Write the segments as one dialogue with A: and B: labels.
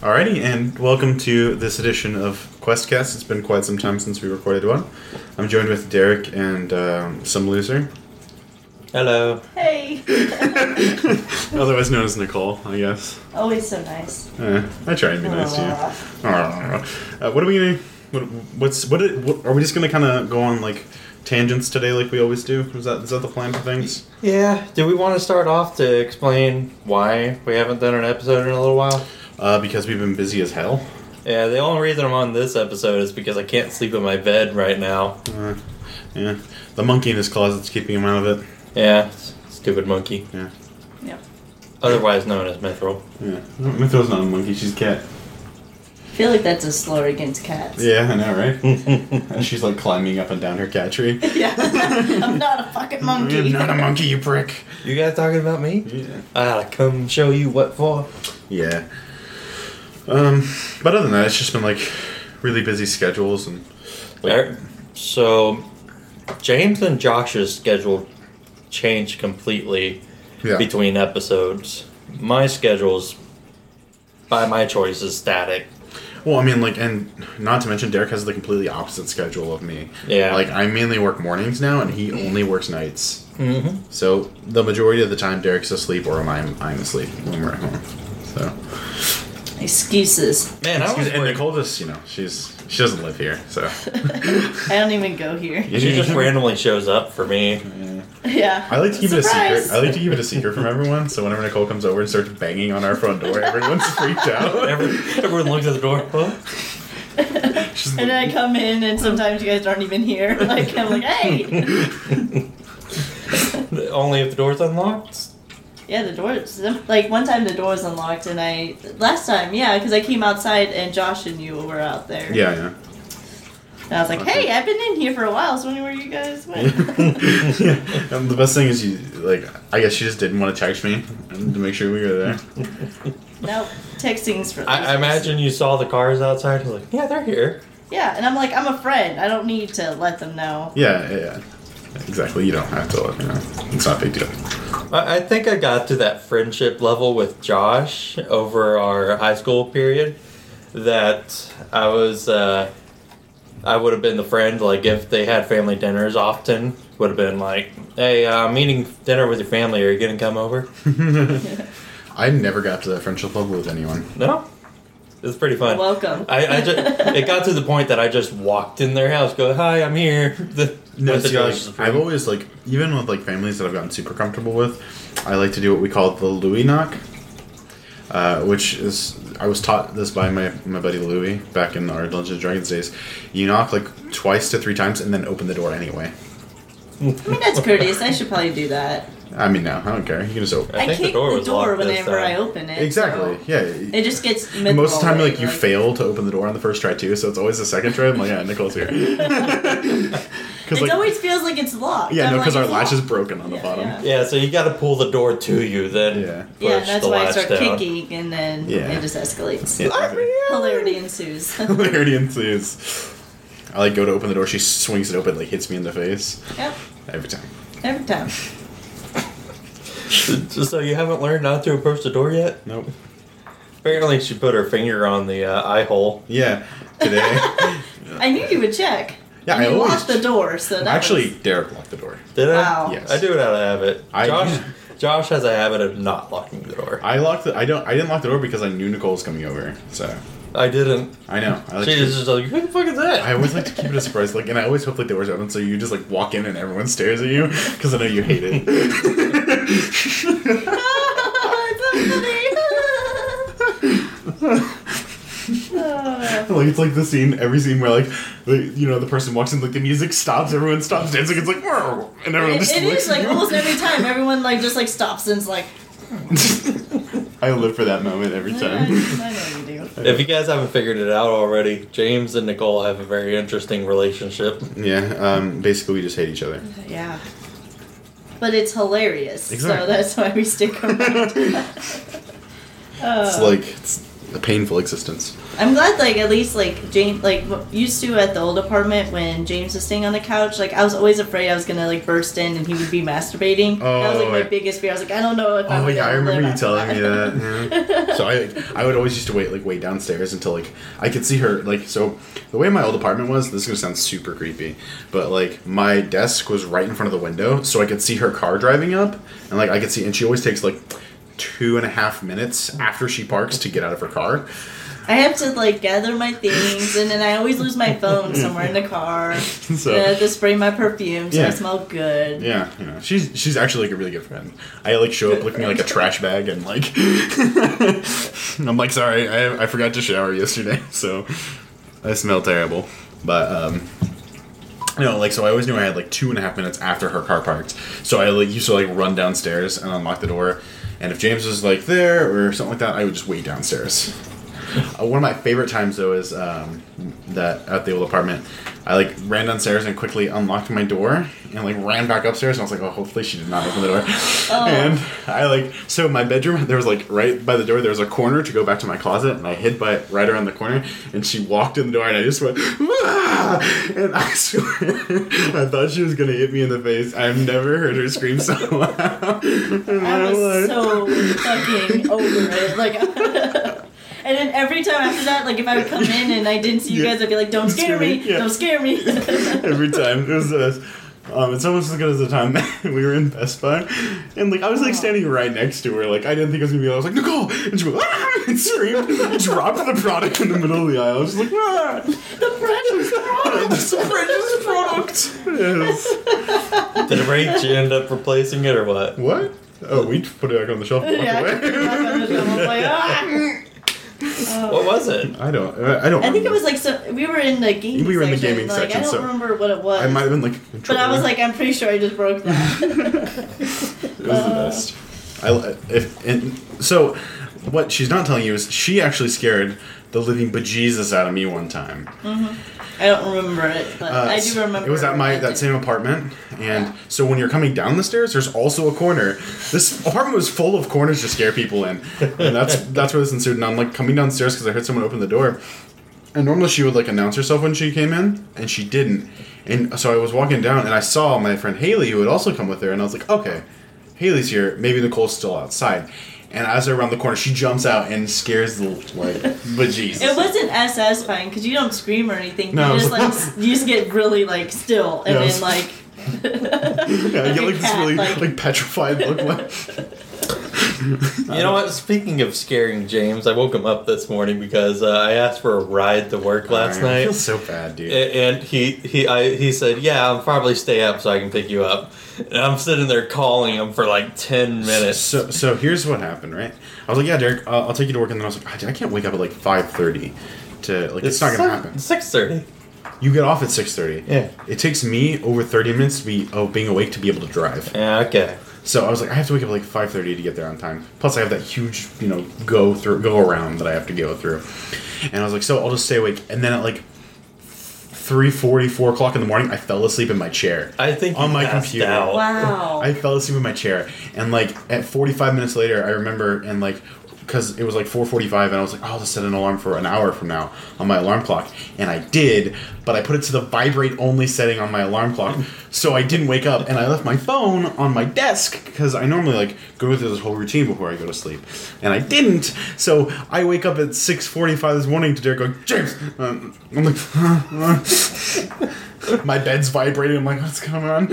A: Alrighty, and welcome to this edition of QuestCast. It's been quite some time since we recorded one. I'm joined with Derek and um, some loser,
B: Hello.
C: Hey!
A: otherwise known as Nicole, I guess.
C: Always Oh, so nice.
A: Eh, I try and be nice to you. Uh, what are we gonna? What, what's what, are- what? Are we just gonna kind of go on like tangents today, like we always do? Is that is that the plan for things?
B: Yeah, do we want to start off to explain why we haven't done an episode in a little while?
A: Uh, because we've been busy as hell.
B: Yeah, the only reason I'm on this episode is because I can't sleep in my bed right now.
A: Uh, yeah, the monkey in his closet's keeping him out of it.
B: Yeah, s- stupid monkey.
A: Yeah,
C: Yep.
B: Otherwise known as Mithril.
A: yeah. Mithril's not a monkey; she's a cat.
C: I feel like that's a slur against cats.
A: Yeah, I know, right? And she's like climbing up and down her cat tree.
C: Yeah. I'm not a fucking monkey.
A: I'm not a monkey, you prick.
B: You guys talking about me?
A: Yeah.
B: I'll come show you what for.
A: Yeah. Um, but other than that, it's just been like really busy schedules and. like,
B: Er, So, James and Josh's schedule changed completely
A: yeah.
B: between episodes. My schedule's, by my choice, is static.
A: Well, I mean, like, and not to mention, Derek has the completely opposite schedule of me.
B: Yeah.
A: Like, I mainly work mornings now, and he only works nights.
B: Mm-hmm.
A: So the majority of the time, Derek's asleep, or I'm I'm asleep when we're at home. So.
C: Excuses.
B: Man, I was
A: Excuse- and
B: worried.
A: Nicole just, you know, she's she doesn't live here, so.
C: I don't even go here.
B: She just randomly shows up for me.
C: Yeah.
A: I like to keep it a
C: Surprise!
A: secret. I like to keep it a secret from everyone. So whenever Nicole comes over and starts banging on our front door, everyone's freaked out.
B: Every, everyone looks at the door. Huh?
A: She's
C: and then I come in, and sometimes you guys aren't even here. Like, I'm like, hey!
B: Only if the door's unlocked.
C: Yeah, the door is like one time the door was unlocked, and I last time, yeah, because I came outside and Josh and you were out there.
A: yeah,
C: And I was like, hey, I've been in here for a while. I was wondering where you guys
A: yeah.
C: went.
A: yeah. And the best thing is, you like, I guess she just didn't want to text me and to make sure we were there.
C: nope. Texting's for.
B: I, I
C: losers.
B: imagine you saw the cars outside. You're like, yeah, they're here.
C: Yeah, and I'm like, I'm a friend. I don't need to let them know.
A: Yeah, yeah, yeah. Exactly. You don't have to let me know. It's not a big deal.
B: I, I think I got to that friendship level with Josh over our high school period that I was. Uh, I would have been the friend like if they had family dinners often. Would have been like, hey, uh, I'm eating dinner with your family. Are you gonna come over?
A: I never got to that friendship level with anyone.
B: No, it's pretty fun.
C: Welcome.
B: I, I just it got to the point that I just walked in their house, go, "Hi, I'm here." The,
A: No,
B: with the
A: see, like,
B: doors.
A: I've always like, even with like families that I've gotten super comfortable with, I like to do what we call the Louis knock, uh, which is I was taught this by my my buddy Louis back in our Dungeons and Dragons days. You knock like twice to three times and then open the door anyway.
C: I mean, that's courteous. I should probably do that.
A: I mean, no, I don't care. You can just open.
B: I
C: I,
B: think the
C: kick the
B: door
C: door,
B: was locked this
C: whenever I
B: time.
C: open it.
A: Exactly.
C: so
A: Yeah.
C: It just gets
A: And most of the time,
C: mythical,
A: like you fail to open the door on the first try too, so it's always the second try. I'm like, yeah, Nicole's here. Because
C: It always feels like it's locked.
A: yeah,
C: I'm
A: no, because
C: like,
A: our
C: it's
A: latch is
C: locked.
A: broken on the
C: Yeah,
A: bottom.
C: yeah.
B: yeah, so you got to pull the door to you, then
A: Yeah.
C: Yeah,
B: push
C: and that's
B: the
C: why I
B: latch
C: start
B: down.
C: kicking, and then
A: Yeah.
C: it just escalates.
A: Yeah.
C: Hilarity ensues.
A: Hilarity ensues. I like go to open the door. She swings it open, like hits me in the face
C: yep,
A: every time.
C: every time.
B: So you haven't learned not to approach the door yet?
A: Nope.
B: Apparently, she put her finger on the uh, eye hole.
A: Yeah. Today.
C: I knew you would check.
A: Yeah,
C: And
A: I
C: you
A: always-
C: locked the door, so that
A: Actually,
C: was-
A: Derek locked the door.
B: Did I?
C: Wow.
A: Yes.
B: I do it out of habit.
A: I-
B: Josh, Josh has a habit of not locking the door.
A: I locked. The, I don't. I didn't lock the door because I knew Nicole was coming over. So
B: I didn't.
A: I know. I like.
B: She
A: To,
B: is just like, who the fuck is that?
A: I always like to keep it a surprise. Like, and I always hope like the door's open, so you just like walk in and everyone stares at you because I know you hate it.
C: it's so funny. Oh.
A: Like it's like the scene, every scene where like, the, you know, the person walks in, like the music stops, everyone stops dancing. It's like, "Whoa," and everyone
C: It-
A: just
C: it
A: looks
C: is
A: at
C: like
A: you.
C: almost every time everyone like just like stops and is like
A: I live for that moment every time.
C: I know you do.
B: If you guys haven't figured it out already, James and Nicole have a very interesting relationship.
A: Yeah, um, basically we just hate each other.
C: Yeah. But it's hilarious.
A: Exactly.
C: So that's why we stick around.
A: It's like it's, a painful existence.
C: Oh. I'm glad, like at least, like James, like w- used to at the old apartment when James was staying on the couch. Like I was always afraid I was gonna like burst in and he would be masturbating. that was
A: Oh,
C: like my
A: I-
C: biggest fear. I was like, I don't know if. I'm
A: Oh yeah,
C: gonna
A: I remember
C: live
A: you telling me
C: after
A: that. yeah. so I I would always used to wait like wait downstairs until like I could see her like so the way my old apartment was this is gonna sound super creepy but like my desk was right in front of the window so I could see her car driving up and like I could see and she always takes like two and a half minutes after she parks to get out of her car.
C: I have to like gather my things, and then I always lose my phone somewhere in the car.
A: So
C: And I have to spray my perfume so I
A: Yeah.
C: smell good.
A: Yeah, you know, she's she's actually like a really good friend. I like show up
C: Good
A: looking
C: friend.
A: like a trash bag and like I'm like sorry, I, I forgot to shower yesterday, so I smell terrible. But um, you know, like so I always knew I had like two and a half minutes after her car parked, so I like used to like run downstairs and unlock the door, and if James was like there or something like that, I would just wait downstairs. Uh, one of my favorite times though is um, that at the old apartment, I like ran downstairs and quickly unlocked my door and like ran back upstairs and I was like, oh, hopefully she did not open the door.
C: Oh.
A: And I like so my bedroom there was like right by the door there was a corner to go back to my closet and I hid by right around the corner and she walked in the door and I just went "Ah!" and I swear I thought she was gonna hit me in the face. I've never heard her scream so loud. in
C: I
A: my
C: was
A: life.
C: so fucking over it. Like, and then every time after that, like if I would come in and I didn't see you
A: Yeah.
C: guys, I'd be like, "Don't scare
A: Scare me,
C: me!
A: yeah.
C: Don't scare me!"
A: every time. It was uh Um, it's almost as good as the time that we were in Best Buy, and like I was like standing right next to her, like I didn't think it was gonna be. I was like Nicole, and she went ah! and screamed, and dropped the product in the middle of the aisle. I was like, ah!
C: the precious product.
A: this precious product. Yes.
D: Did Rach end up replacing it or what?
A: What? Oh, we put it back on the shelf. And walked
C: Yeah, I
A: away.
C: could do that on the film. I was like, "Ah!"
D: What was it?
A: I don't. I don't.
C: Oh. I think
A: remember.
C: it was like so. We were in the gaming.
A: We were in the
C: section,
A: gaming
C: like,
A: section,
C: I don't
A: so-
C: remember what it was.
A: I might have been like.
C: but I was like, I'm pretty sure I just broke that.
A: It was the
C: uh,
A: best. I if and so, what she's not telling you is she actually scared the living bejesus out of me one time.
C: I don't remember it, but
A: Uh,
C: I do remember.
A: It was at my
C: it.
A: that same apartment, and so when you're coming down the stairs, there's also a corner. This apartment was full of corners to scare people in, and that's that's where this ensued. And I'm like coming downstairs because I heard someone open the door, and normally she would like announce herself when she came in, and she didn't. And so I was walking down, and I saw my friend Haley, who had also come with her, and I was like, okay, Haley's here. Maybe Nicole's still outside. And as I around the corner, she jumps out and scares the like bejesus.
C: It wasn't as satisfying because you don't scream or anything.
A: No,
C: you just
A: it was-
C: like s- you just get really like still and
A: Yeah, it
C: then
A: was-
C: like.
A: Yeah, I get
C: a
A: like this
C: cat,
A: really
C: like-
A: like petrified look. Like,
D: You know what? Speaking of scaring James, I woke him up this morning because uh, I asked for a ride to work last
A: Darn, I feel
D: night.
A: so bad, dude.
D: A- and he he I, he said, "Yeah, I'll probably stay up so I can pick you up." And I'm sitting there calling him for like ten minutes.
A: so, so here's what happened, right? I was like, "Yeah, Derek, uh, I'll take you to work," and then I was like, "Ah, dude, "I can't wake up at like 5.30 to like it's, not gonna happen."
D: Six thirty.
A: You get off at six thirty.
D: Yeah.
A: it takes me over thirty minutes to be of being awake to be able to drive.
D: Yeah. Okay.
A: So I was like, I have to wake up at like five thirty to get there on time. Plus, I have that huge, you know, go through, go around that I have to go through. And I was like, so I'll just stay awake. And then at like 3.40, 4 o'clock in the morning, I fell asleep in my chair.
D: I think
A: on
D: you
A: my
D: passed
A: computer.
D: out.
C: Wow.
A: I fell asleep in my chair, and like at 45 minutes later, I remember, and like, because it was like 4:45, and I was like, oh, "I'll just set an alarm for an hour from now on my alarm clock," and I did, but I put it to the vibrate only setting on my alarm clock, so I didn't wake up, and I left my phone on my desk because I normally like go through this whole routine before I go to sleep, and I didn't, so I wake up at 6:45 this morning to Derek going, "James," um, I'm like, my bed's vibrating, I'm like, "What's going on?"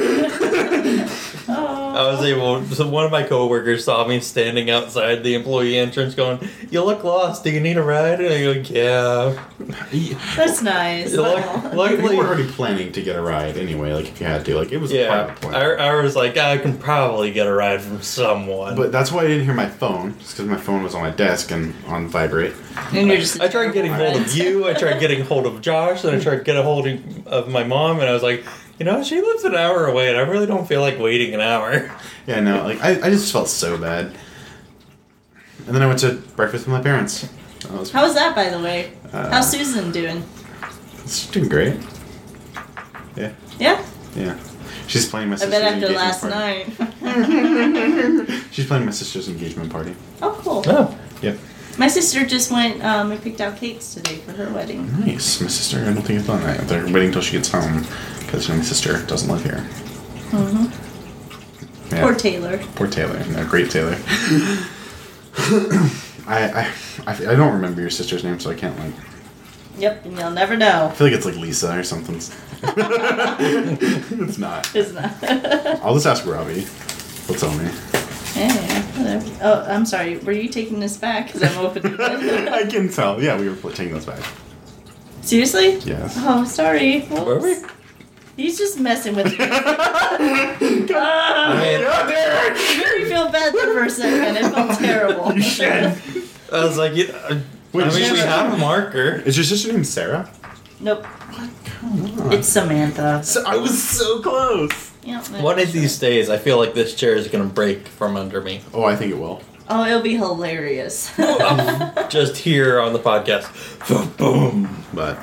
D: I was able. So one of my coworkers saw me standing outside the employee entrance, going, "You look lost. Do you need a ride?" And I go, "Yeah."
C: That's nice.
D: You look-
C: Aw.
D: look-
A: We were already planning to get a ride anyway, like if you had to. Like it was a
D: Yeah,
A: private
D: I,
A: plan.
D: I was like, I can probably get a ride from someone.
A: but that's why I didn't hear my phone, just because my phone was on my desk and on vibrate.
C: and you're just.
D: I tried getting hold of you. I tried getting hold of Josh, and I tried getting hold of- of my mom. And I was like, you know, she lives an hour away, and I really don't feel like waiting an hour.
A: Yeah, no, like I, I just felt so bad. And then I went to breakfast with my parents. That was,
C: How's that, by the way?
A: Uh,
C: How's Susan doing?
A: she's doing great. Yeah,
C: Yeah,
A: yeah. She's playing my
C: I
A: sister's
C: bet after
A: engagement
C: last
A: party.
C: night.
A: She's playing my sister's engagement party.
C: oh, cool.
D: Oh,
A: Yep.
C: My sister just went um, and picked out cakes today for her wedding.
A: Nice. My sister, I don't think it's done that. They're waiting till she gets home because my sister doesn't live here.
C: Mm-hmm.
A: Yeah.
C: Poor Taylor.
A: Poor Taylor. No, great Taylor. I, I, I I don't remember your sister's name, so I can't like.
C: Yep, and you'll never know.
A: I feel like it's like Lisa or something. it's not.
C: It's not.
A: I'll just ask Robbie. He'll tell me.
C: anyway, whatever. Oh, I'm sorry. Were you taking this back? Because I'm opening it.
A: I can tell. Yeah, we were pl- taking those back.
C: Seriously?
A: Yes.
C: Oh, sorry.
D: Were we?
C: Oops. He's just messing with me.
D: I
C: Ah,
D: mean,
A: Yeah, Derek!
C: you made me feel bad there for a second. It felt terrible.
A: You should.
D: I was like, you- I
A: Wait,
D: I
A: is
D: mean,
A: your
D: we
A: sister-
D: have a marker.
A: Is your sister named Sarah?
C: Nope. It's Samantha.
A: So I was so close.
C: Yep,
D: One of these days, I feel like this chair is gonna break from under me.
A: Oh, I think it will.
C: Oh, it'll be hilarious.
A: um.
D: Just here on the podcast. Boom.
A: But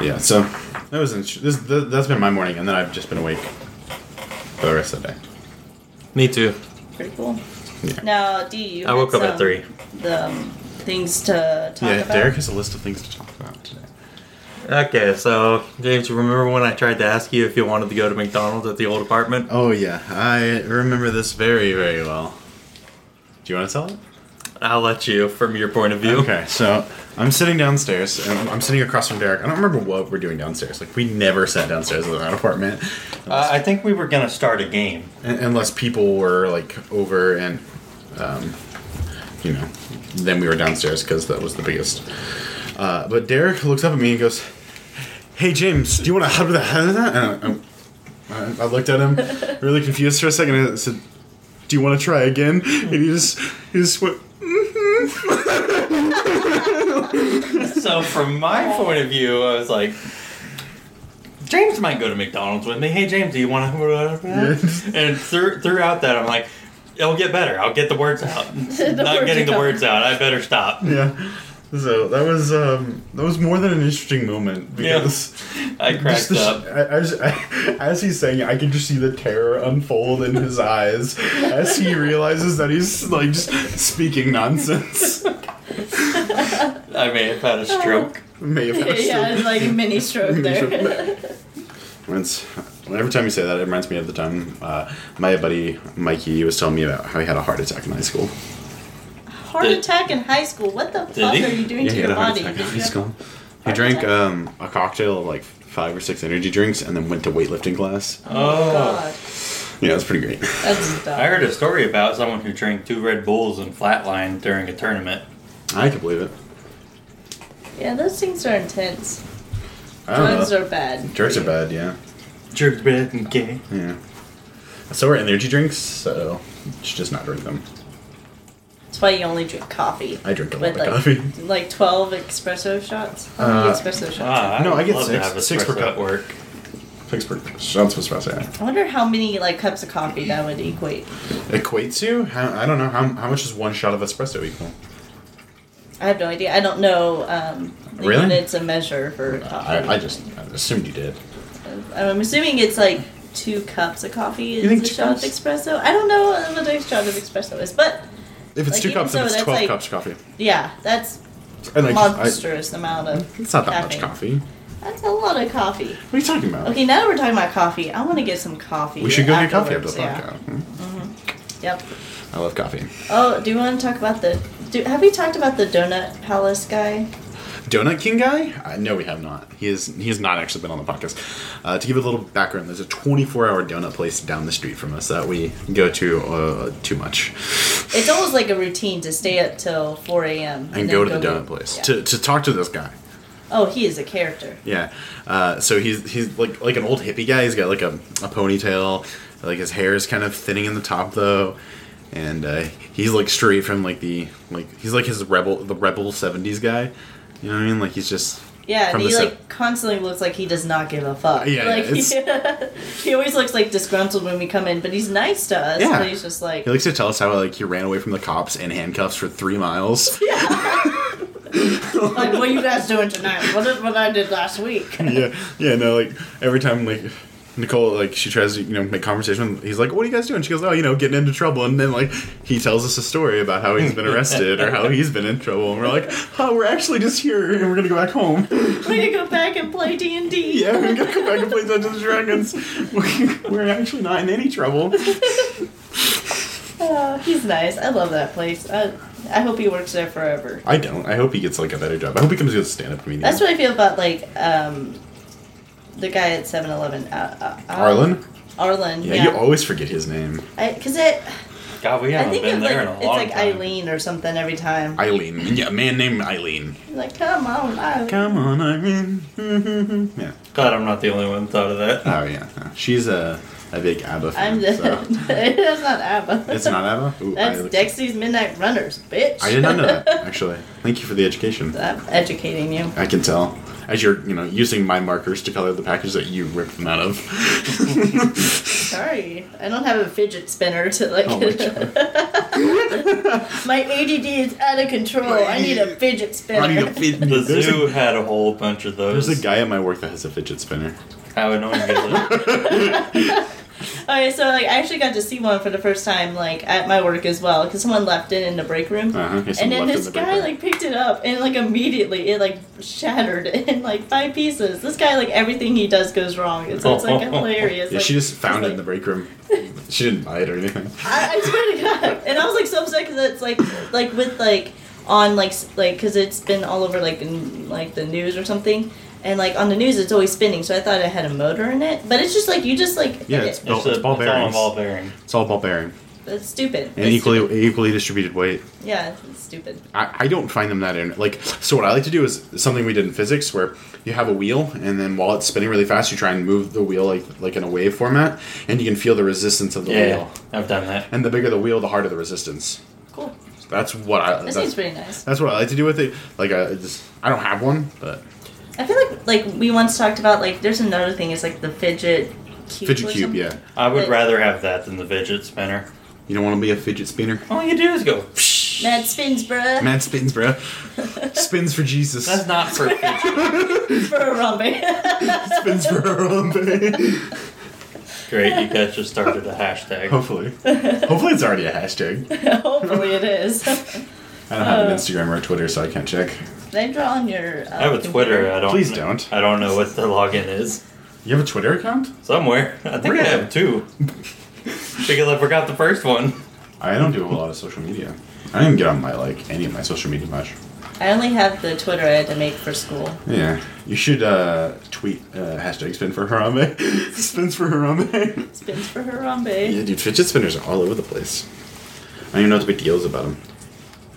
A: yeah, so that was int- this. Th- that's been my morning, and then I've just been awake for the rest of the day.
D: Me too.
C: Pretty cool.
A: Yeah.
C: Now, D, you
D: I
C: had
D: woke up at
C: some-
D: three.
C: The um, things to talk
A: yeah,
C: about.
A: Derek has a list of things to talk about today.
D: Okay, so James, you remember when I tried to ask you if you wanted to go to McDonald's at the old apartment?
A: Oh yeah, I remember this very very well. Do you want to tell it?
D: I'll let you from your point of view.
A: Okay, so I'm sitting downstairs, and I'm- I'm sitting across from Derek. I don't remember what we're doing downstairs. Like we never sat downstairs in that apartment,
D: Uh, I think we were gonna start a game.
A: Un- unless people were like over and, um, you know, then we were downstairs because that was the biggest. Uh, but Derek looks up at me and goes, "Hey James, do you want to hug the head of that?" And I, I, I looked at him, really confused for a second, and I said, "Do you want to try again?" And he just he just went.
D: So from my point of view, I was like, James might go to McDonald's with me. Hey, James, do you want to?
A: Yes.
D: And through, throughout that, I'm like, it'll get better. I'll get the words out. Not
C: words
D: getting the
C: out.
D: words out. I better stop.
A: Yeah. So that was um, that was more than an interesting moment
D: Yeah.
A: because
D: I
A: Just
D: cracked
A: the sh-
D: up.
A: I- I just- I- as he's saying it, I can just see the terror unfold in his eyes as he realizes that he's like just speaking nonsense.
D: I may have had a
C: Oh,
D: stroke.
A: May have had a
C: yeah, it's
A: stroke.
C: like a mini stroke
A: Mini
C: there.
A: stroke. It's- every time you say that, it reminds me of the time uh, my buddy Mikey was telling me about how he had a heart attack in high school.
C: Heart
D: Did-
C: attack in high school. What the
D: Did
C: fuck
D: he?
C: are you doing
A: Yeah,
C: to
A: he had
C: your
A: a heart
C: body?
A: attack in
C: Did
A: high
C: you have-
A: school. He
C: heart
A: drank
C: attack?
A: um, a cocktail of like five or six energy drinks and then went to weightlifting class.
D: Oh.
C: God,
A: Yeah, it was pretty great.
C: that's dumb.
D: I heard a story about someone who drank two Red Bulls and flatlined during a tournament.
A: I can believe it.
C: Yeah, those things are intense.
A: I don't
C: Drugs
A: know.
C: are bad.
A: Drugs are bad, yeah.
D: Jerked bed and gay.
A: Yeah. So we're energy drinks, so you should just not drink them.
C: That's why you only drink coffee.
A: I drink a lot
C: But
A: of
C: like,
A: coffee.
C: like twelve espresso shots. How many
A: Uh,
C: espresso shots?
D: Ah, I
A: No, I
D: would
A: get
D: love to
A: six-
D: have
A: six per
D: espresso
A: cup.
D: at work.
A: Thanks for shots for espresso.
C: I wonder how many like cups of coffee that would equate.
A: Equates you? How, I don't know. How, how much is one shot of espresso equal?
C: I have no idea. I don't know. Um, the
A: Really?
C: Units a measure for coffee.
A: I, I just I assumed you did.
C: I'm assuming it's like two cups of coffee is
A: You think
C: a
A: two
C: shot
A: cups?
C: of espresso. I don't know what a shot of espresso is, but
A: If it's
C: Like,
A: two
C: even
A: cups,
C: so,
A: then it's
C: that's
A: 12
C: like-
A: cups of coffee.
C: yeah, that's
A: And
C: a
A: like, I,
C: monstrous amount of.
A: it's not that much
C: caffeine.
A: coffee.
C: That's a lot of coffee.
A: What are you talking about?
C: Okay, now that we're talking about coffee, I want to get some coffee.
A: we should go get coffee after
C: afterwards,
A: the podcast. Hmm?
C: Yeah. Yep.
A: I love coffee.
C: Oh, do you want to talk about the? Do, have we talked about the donut palace guy?
A: Donut King guy? Uh, no, we have not. He is he has not actually been on the podcast. Uh, to give a little background, there's a 24-hour donut place down the street from us that we go to uh, too much,
C: It's almost like a routine to stay up till 4 a.m.
A: and,
C: then
A: go to the
C: get-
A: donut place
C: yeah.
A: to, to talk to this guy.
C: oh, he is a character.
A: Yeah. Uh, so he's he's like like an old hippie guy. He's got like a, a ponytail. Like his hair is kind of thinning in the top though, and uh, he's like straight from like the like he's like his rebel the rebel '70s guy. You know what I mean? Like he's just
C: Yeah,
A: From
C: and he
A: the
C: like
A: set.
C: constantly looks like he does not give a fuck.
A: Yeah, yeah,
C: like
A: it's-
C: he always looks like disgruntled when we come in, but he's nice to us.
A: Yeah.
C: but he's just like
A: he likes to tell us how like he ran away from the cops in handcuffs for three miles.
C: like what you guys doing tonight? What is what I did last week?
A: yeah, yeah, no, like every time like Nicole, like, she tries to, you know, make conversation. He's like, what are you guys doing? She goes, oh, you know, getting into trouble. And then, like, he tells us a story about how he's been arrested or how he's been in trouble. And we're like, oh, we're actually just here and we're going to go back home.
C: We're gonna go back and play D and D.
A: yeah, we're going to go back and play Dungeons and Dragons. We- We're actually not in any trouble.
C: Uh, he's nice. I love that place. I, I hope he works there forever.
A: I don't. I hope he gets, like, a better job. I hope he comes with a stand up comedian.
C: That's what I feel about like um, the guy at 7-Eleven. Uh, uh, uh,
A: Arlen?
C: Arlen.
A: Yeah,
C: Yeah.
A: you always forget his name.
C: Because it,
D: God, we
C: I
D: haven't
C: think
D: been
C: it's
D: there
C: like
D: in a long
C: it's like
D: time.
C: Eileen or something every time.
A: Eileen. Yeah, a man named Eileen.
C: like, come on, Eileen.
A: Come on, Eileen. yeah.
D: God, I'm not the only one who thought of that.
A: Oh, yeah. no. She's a, a big ABBA fan.
C: I'm just.
A: so-
C: that's not ABBA.
A: It's not ABBA? Ooh,
C: That's
A: I,
C: Dexy's Midnight Runners, bitch.
A: I did not know that, actually. Thank you for the education.
C: I'm educating you.
A: I can tell. As you're, you know, using my markers to color the package that you ripped them out of.
C: Sorry, I don't have a fidget spinner to like.
A: Oh my
C: my ADD is out of control. I need a fidget spinner.
A: I need a fid-
D: The
A: there's a-
D: zoo had a whole bunch of those.
A: There's a guy at my work that has a fidget spinner.
D: I would know you get it.
C: Okay, so like I actually got to see one for the first time, like at my work as well, because someone left it in the break room,
A: Uh-huh, yeah, someone
C: and then
A: left it in
C: this
A: the break
C: guy
A: room.
C: like picked it up and like immediately it like shattered in like five pieces. This guy like everything he does goes wrong. It's, it's like hilarious.
A: Yeah,
C: like,
A: she just found it
C: it's
A: in the
C: like-
A: break room. She didn't buy it or anything.
C: I, I swear to God, and I was like so upset because it's like like with like on like s- like because it's been all over like in, like the news or something. And like on the news, it's always spinning, so I thought it had a motor in it. But it's just like you just like
A: Yeah,
C: it-
A: it's-
D: It's,
A: Ball-
D: a,
A: ball
D: it's all a
A: bearings.
D: ball bearing.
A: It's all ball bearing.
C: it's stupid.
A: And
C: It's
A: equally equally distributed weight.
C: stupid. yeah, it's stupid.
A: I, I don't find them that in like so what i like to do is something we did in physics where you have a wheel and then while it's spinning really fast you try and move the wheel like like in a wave format and you can feel the resistance of the
D: Yeah,
A: wheel
D: I've done that.
A: and the bigger the wheel the harder the resistance
C: Cool.
A: So that's what i
C: That
A: that's,
C: seems pretty nice.
A: that's what i like to do with it like i just i don't have one but
C: I feel like like we once talked about like there's another thing. It's like the fidget cube.
A: fidget
C: or
A: cube
C: something.
A: yeah
D: I would
C: But-
D: rather have that than the fidget spinner.
A: you don't want to be a fidget spinner
D: All you do is go. "Psh."
C: Mad spins, bruh.
A: mad spins bro spins for jesus
D: That's not for fidget.
C: for a rumba.
A: spins for harambe
D: Great, you guys just started a hashtag.
A: hopefully hopefully it's already a hashtag
C: Hopefully it is.
A: i don't have an
C: Uh.
A: instagram or a twitter so i can't check
C: They draw on your. Uh,
D: I have a Twitter. I don't.
A: Please don't.
D: I don't know what the login is.
A: you have a twitter account
D: Somewhere. I think I have two. because I forgot the first one.
A: I don't do a whole lot of social media. I don't even get on my like any of my social media much.
D: uh,
C: I only have the Twitter I had to make for school.
A: Yeah, you should uh, tweet uh, hashtag spin for Harambe. Spins for Harambe.
C: Spins for Harambe.
A: yeah, dude, fidget spinners are all over the place. I don't even know what the big deal is about them.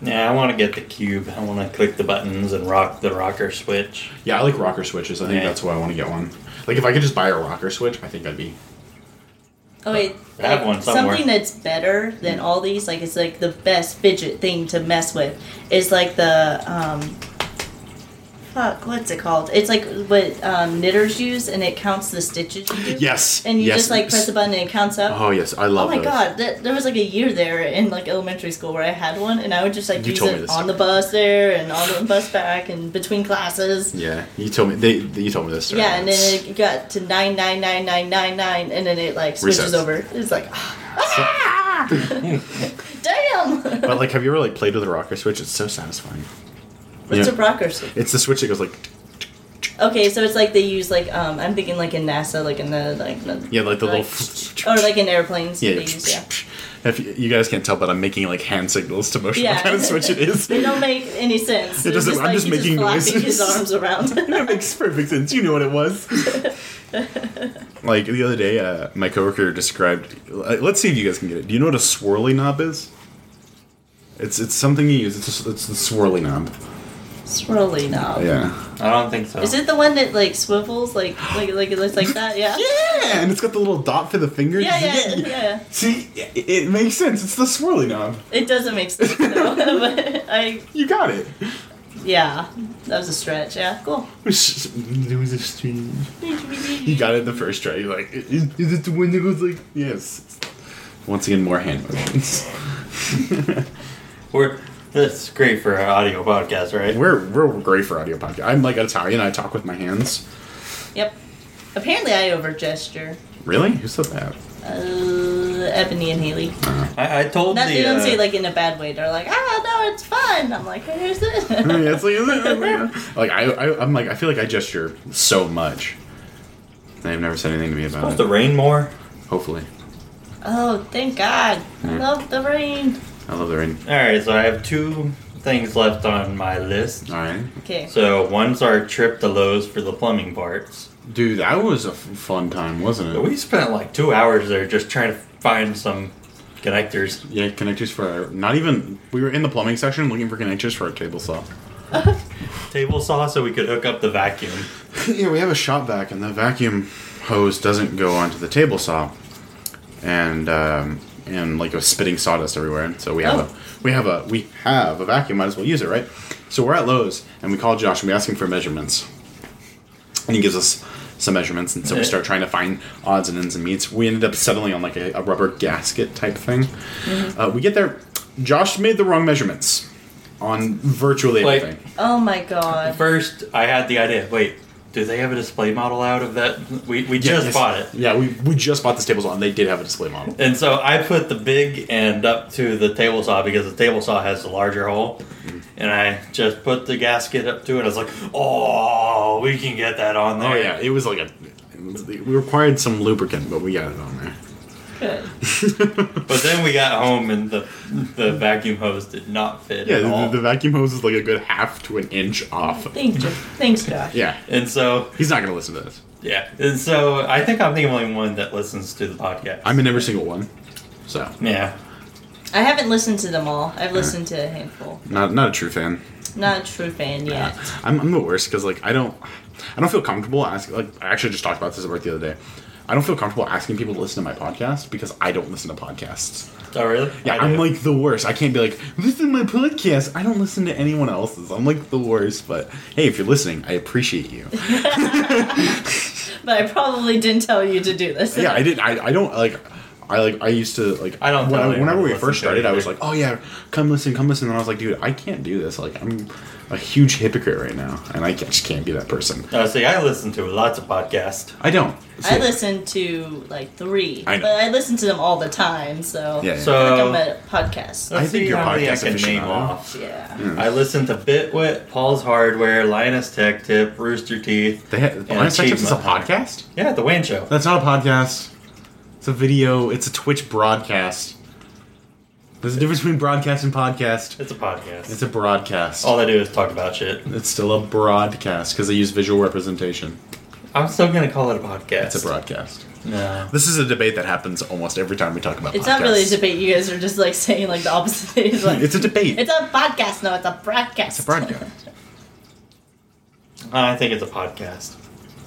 D: Yeah, I want to get the cube. I want to click the buttons and rock the rocker switch.
A: Yeah, I like rocker switches. I think
D: Yeah.
A: that's why I want to get one. Like, if I could just buy a rocker switch, I think I'd be.
C: Oh wait,
D: I have one somewhere.
C: something that's better than all these. Like it's like the best fidget thing to mess with. Is like the um, fuck, what's it called? It's like what um, knitters use, and it counts the stitches you do.
A: Yes.
C: And you
A: yes.
C: just like press the button and it counts up.
A: Oh yes, I
C: Oh
A: love.
C: my
A: those.
C: god, that, there was like a year there in like elementary school where I had one, and I would just like
A: You
C: use
A: told me
C: it
A: this
C: on
A: story.
C: the bus there and on the bus back and between classes.
A: Yeah, you told me. They, they- you told me this. story
C: Yeah, and
A: once.
C: then it got to nine nine nine nine nine nine, and then it like switches
A: Resets.
C: over. It's like, ah, damn.
A: But like, have you ever like played with a rocker switch? It's so satisfying.
C: What's
A: yeah.
C: a rocker switch?
A: It's the switch that goes like.
C: Okay, so it's like they use like um, I'm thinking like in NASA, like in the like the,
A: Yeah, like the
C: like,
A: little.
C: or like in airplanes.
A: Yeah.
C: they
A: yeah.
C: use, yeah.
A: If you, you guys can't tell, but I'm making like hand signals to motion
C: Yeah.
A: what kind of switch it is.
C: They don't make any sense.
A: It
C: They're
A: doesn't- I'm
C: like,
A: just
C: he's
A: making
C: flapping
A: noises.
C: His arms around.
A: that makes perfect sense. You know what it was. like the other day, uh, my coworker described. uh, Let's see if you guys can get it. Do you know what a swirly knob is? It's it's something you use. It's a, it's the swirly knob. Oh,
C: Swirly knob.
A: Yeah.
D: I don't think so.
C: Is it the one that like swivels, like like like it looks like that? Yeah.
A: Yeah, and it's got the little dot for the fingers.
C: Yeah, yeah, yeah, yeah.
A: See, it, it makes sense. It's the swirly knob.
C: It doesn't make sense though. but I
A: You got it.
C: yeah, that was a stretch. Yeah, cool.
A: It was a strange. You got it the first try. You're like, is, is it the one that goes like? Yes. Once again, more hand motions.
D: We're, this is great for our audio podcast, right?
A: we're we're great for audio podcast. I'm like Italian. I talk with my hands.
C: Yep. Apparently, I over gesture.
A: Really? Who said that?
C: Uh, Ebony and Haley.
B: I, I told
C: Not,
B: the.
C: they don't
B: uh,
C: say like in a bad way. They're like, ah, no, it's fun. I'm like, here's it.
A: I mean, it's like, like I, I, I'm like, I feel like I gesture so much. They've never said anything to me about
B: supposed
A: it.
B: to rain more.
A: Hopefully,
C: oh, thank God. I
A: Mm.
C: love the rain.
A: I love the rain.
B: All right, so I have two things left on my list.
A: All right,
C: Okay.
B: So one's our trip to Lowe's for the plumbing parts.
A: dude, that was a f- fun time, wasn't it?
B: We spent like two hours there just trying to find some connectors.
A: Yeah, connectors for our, not even. We were in the plumbing section looking for connectors for our table saw.
B: Table saw so we could hook up the vacuum.
A: yeah, we have a shop vac, and the vacuum hose doesn't go onto the table saw, and um, and like it was spitting sawdust everywhere. So we have
C: Oh.
A: a we have a we have a vacuum. Might as well use it, right? So we're at Lowe's, and we call Josh, and we ask him for measurements, and he gives us some measurements, and so we
B: Okay.
A: start trying to find odds and ends and meets. We ended up settling on like a, a rubber gasket type thing. Uh, we get there. Josh made the wrong measurements on virtually
B: Like-
A: everything.
C: Oh my God.
B: First, I had the idea. Wait, do they have a display model out of that? We we
A: Yeah,
B: just
A: yes.
B: bought it.
A: Yeah, we, we just bought this table saw, and they did have a display model.
B: And so I put the big end up to the table saw because the table saw has the larger hole.
A: Mm-hmm.
B: And I just put the gasket up to it. I was like, oh, we can get that on there.
A: Oh yeah, it was like a. It was, we required some lubricant, but we got it on there.
C: Good.
B: But then we got home and the the vacuum hose did not fit
A: Yeah,
B: at all.
A: the, the vacuum hose is like a good half to an inch off.
C: Thanks, Jo- thanks, Josh.
A: Yeah,
B: and so,
A: he's not gonna listen to this.
B: yeah. And so I think I'm the only one that listens to the podcast.
A: I'm in every single one, so
B: yeah.
C: I haven't listened to them all. I've listened to a handful.
A: not not a true fan.
C: Not a true fan yet.
A: I'm, I'm the worst because like I don't I don't feel comfortable asking. Like I actually just talked about this at work the other day. I don't feel comfortable asking people to listen to my podcast because I don't listen to podcasts.
B: Oh, really?
A: Yeah,
B: I
A: I'm
B: do.
A: like the worst. I can't be like, listen to my podcast. I don't listen to anyone else's. I'm like the worst, but hey, if you're listening, I appreciate you.
C: But I probably didn't tell you to do this.
A: yeah, I didn't. I, I don't like. I like. I used to like.
B: I don't
A: When,
B: tell anyone
A: whenever
B: to
A: we
B: listen
A: first
B: to it
A: started, I was
B: either.
A: like, "Oh yeah, come listen, come listen." And I was like, "Dude, I can't do this. Like, I'm a huge hypocrite right now, and I ca- just can't be that person."
B: Uh, see, I listen to lots of podcasts.
A: I don't.
C: I listen to like three,
A: I know.
C: but I listen to them all the time. So
A: Yeah.
C: I feel
B: So
C: like I'm a podcast.
A: I
B: let's
A: think
B: see
A: you're
B: how many I
A: podcast
B: can name
A: aficionado.
B: off.
C: yeah.
B: I listen to Bitwit, Paul's Hardware, Linus Tech Tip, Rooster Teeth.
A: They had, Honest Sex is a
B: Achievement Hunter.
A: podcast.
B: Yeah, the Wayne Show.
A: That's not a podcast. It's a video. It's a Twitch broadcast. There's a difference between broadcast and podcast.
B: It's a podcast.
A: It's a broadcast.
B: All they do is talk about shit.
A: It's still a broadcast because they use visual representation.
B: I'm still gonna call it a podcast.
A: It's a broadcast.
B: No.
A: This is a debate that happens almost every time we talk about.
C: It's not really a
A: podcasts.
C: debate. You guys are just like saying like the opposite things. Like,
A: It's a debate.
C: it's a podcast. No, it's a broadcast.
A: It's a broadcast.
B: I think it's a podcast.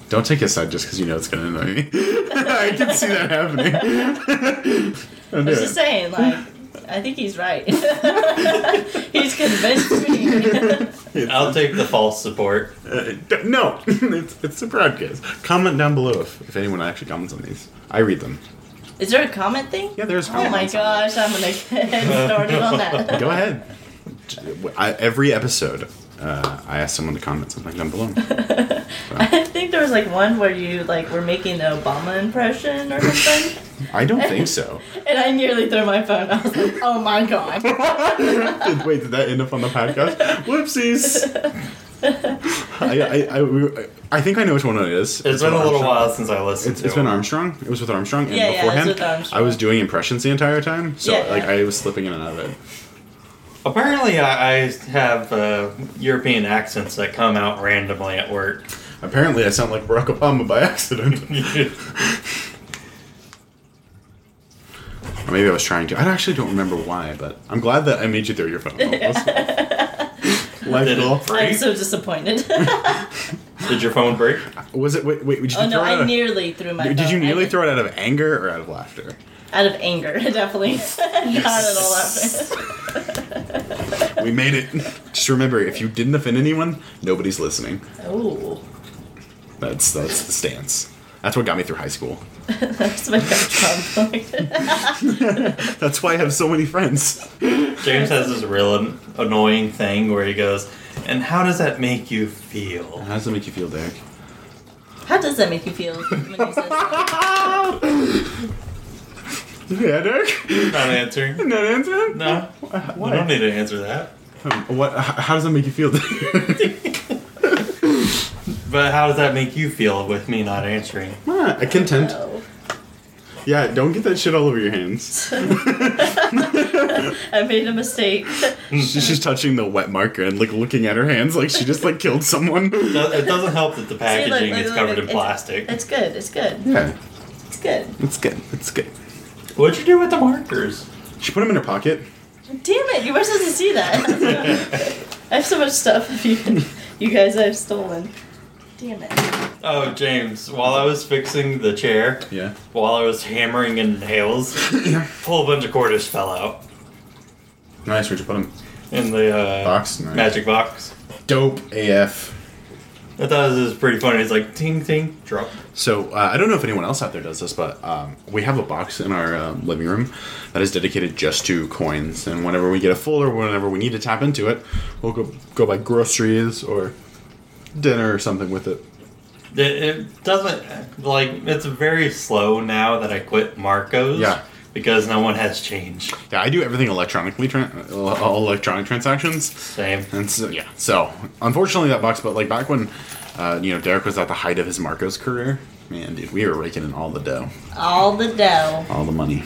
A: Don't take his side just because you know it's going to annoy me. I can see that happening. Don't
C: I
A: do
C: was just
A: it.
C: saying, like, I think he's right. he's convinced me.
B: I'll take the false support.
A: Uh, d- no, it's, it's a broadcast. Comment down below if, if anyone actually comments on these. I read them.
C: Is there a comment thing?
A: Yeah, there's
C: Oh my
A: comments on
C: gosh, I'm gonna get started on
A: it.
C: that.
A: Go ahead. I, every episode, uh, I ask someone to comment something down below.
C: I think there was like one where you like were making an Obama impression or something,
A: I don't think so.
C: and I nearly threw my phone. I was like, oh my god.
A: Did- Wait, did that end up on the podcast? Whoopsies. I, I, I, we- I, I think I know which one it is.
B: It's been a little
A: Armstrong.
B: while since I listened
A: It's,
B: to
A: it's been
B: it.
A: Armstrong. It was with Armstrong, and
C: Yeah, yeah, it's
A: beforehand,
C: with Armstrong.
A: I was doing impressions the entire time, so
C: Yeah, yeah.
A: like I was slipping in and out of it.
B: Apparently, I, I have uh, European accents that come out randomly at work.
A: Apparently, I sound like Barack Obama by accident, or maybe I was trying to. I actually don't remember why, but I'm glad that I made you throw your phone. Life
B: Did it
A: goal.
C: I'm
B: break?
C: so disappointed.
B: Did your phone break?
A: Was it? Wait, wait. Did you
C: oh no,
A: throw it? out
C: I
A: of-
C: nearly threw my.
A: did you
C: phone. I
A: nearly
C: did-
A: throw it out of anger or out of laughter?
C: Out of anger, definitely. Not at all laughing.
A: We made it. Just remember, if you didn't offend anyone, nobody's listening.
C: Oh,
A: That's that's the stance. That's what got me through high school.
C: that's my problem.
A: That's why I have so many friends.
B: James has this real an- annoying thing where he goes, "And how does that make you feel?"
A: How does it make you feel, Derek?
C: How does that make you feel when he says that?
A: yeah, Derek?
B: Not answering.
A: Not answering?
B: No. We
A: Why?
B: don't need to answer that.
A: Um, what? h- How does that make you feel?
B: But how does that make you feel with me not answering?
A: Ah, a content.
C: No.
A: Yeah, don't get that shit all over your hands.
C: I made a mistake.
A: She's just touching the wet marker and like looking at her hands like she just like killed someone.
B: It does- it doesn't help that the
C: See, look,
B: packaging
C: look,
B: is
C: look,
B: covered
C: look,
B: in
C: it's-
B: plastic.
C: It's good. It's good.
A: Yeah,
C: It's good.
A: it's good. It's good.
B: What'd you do with the markers?
A: She put them in her pocket.
C: Damn it! You were supposed to see that. I have so much stuff. If you, you guys, I've stolen. Damn it!
B: Oh, James, while I was fixing the chair,
A: Yeah.
B: while I was hammering in nails, a whole bunch of quarters fell out
A: Nice. Where'd you put them?
B: in the uh,
A: Box. Nice.
B: magic box.
A: Dope AF.
B: I thought this was pretty funny. It's like ting ting drop.
A: So uh, I don't know if anyone else out there does this, but um, we have a box in our um, living room that is dedicated just to coins. And whenever we get a full or whenever we need to tap into it, we'll go go buy groceries or dinner or something with it.
B: It, it doesn't like it's very slow now that I quit Marcos.
A: Yeah.
B: Because no one has change.
A: Yeah, I do everything electronically, tran uh, electronic transactions.
B: Same.
A: And so, yeah, so unfortunately that box, but like back when, uh, you know, Derek was at the height of his Marcos career, man, dude, we were raking in all the dough,
C: All the dough.
A: all the money.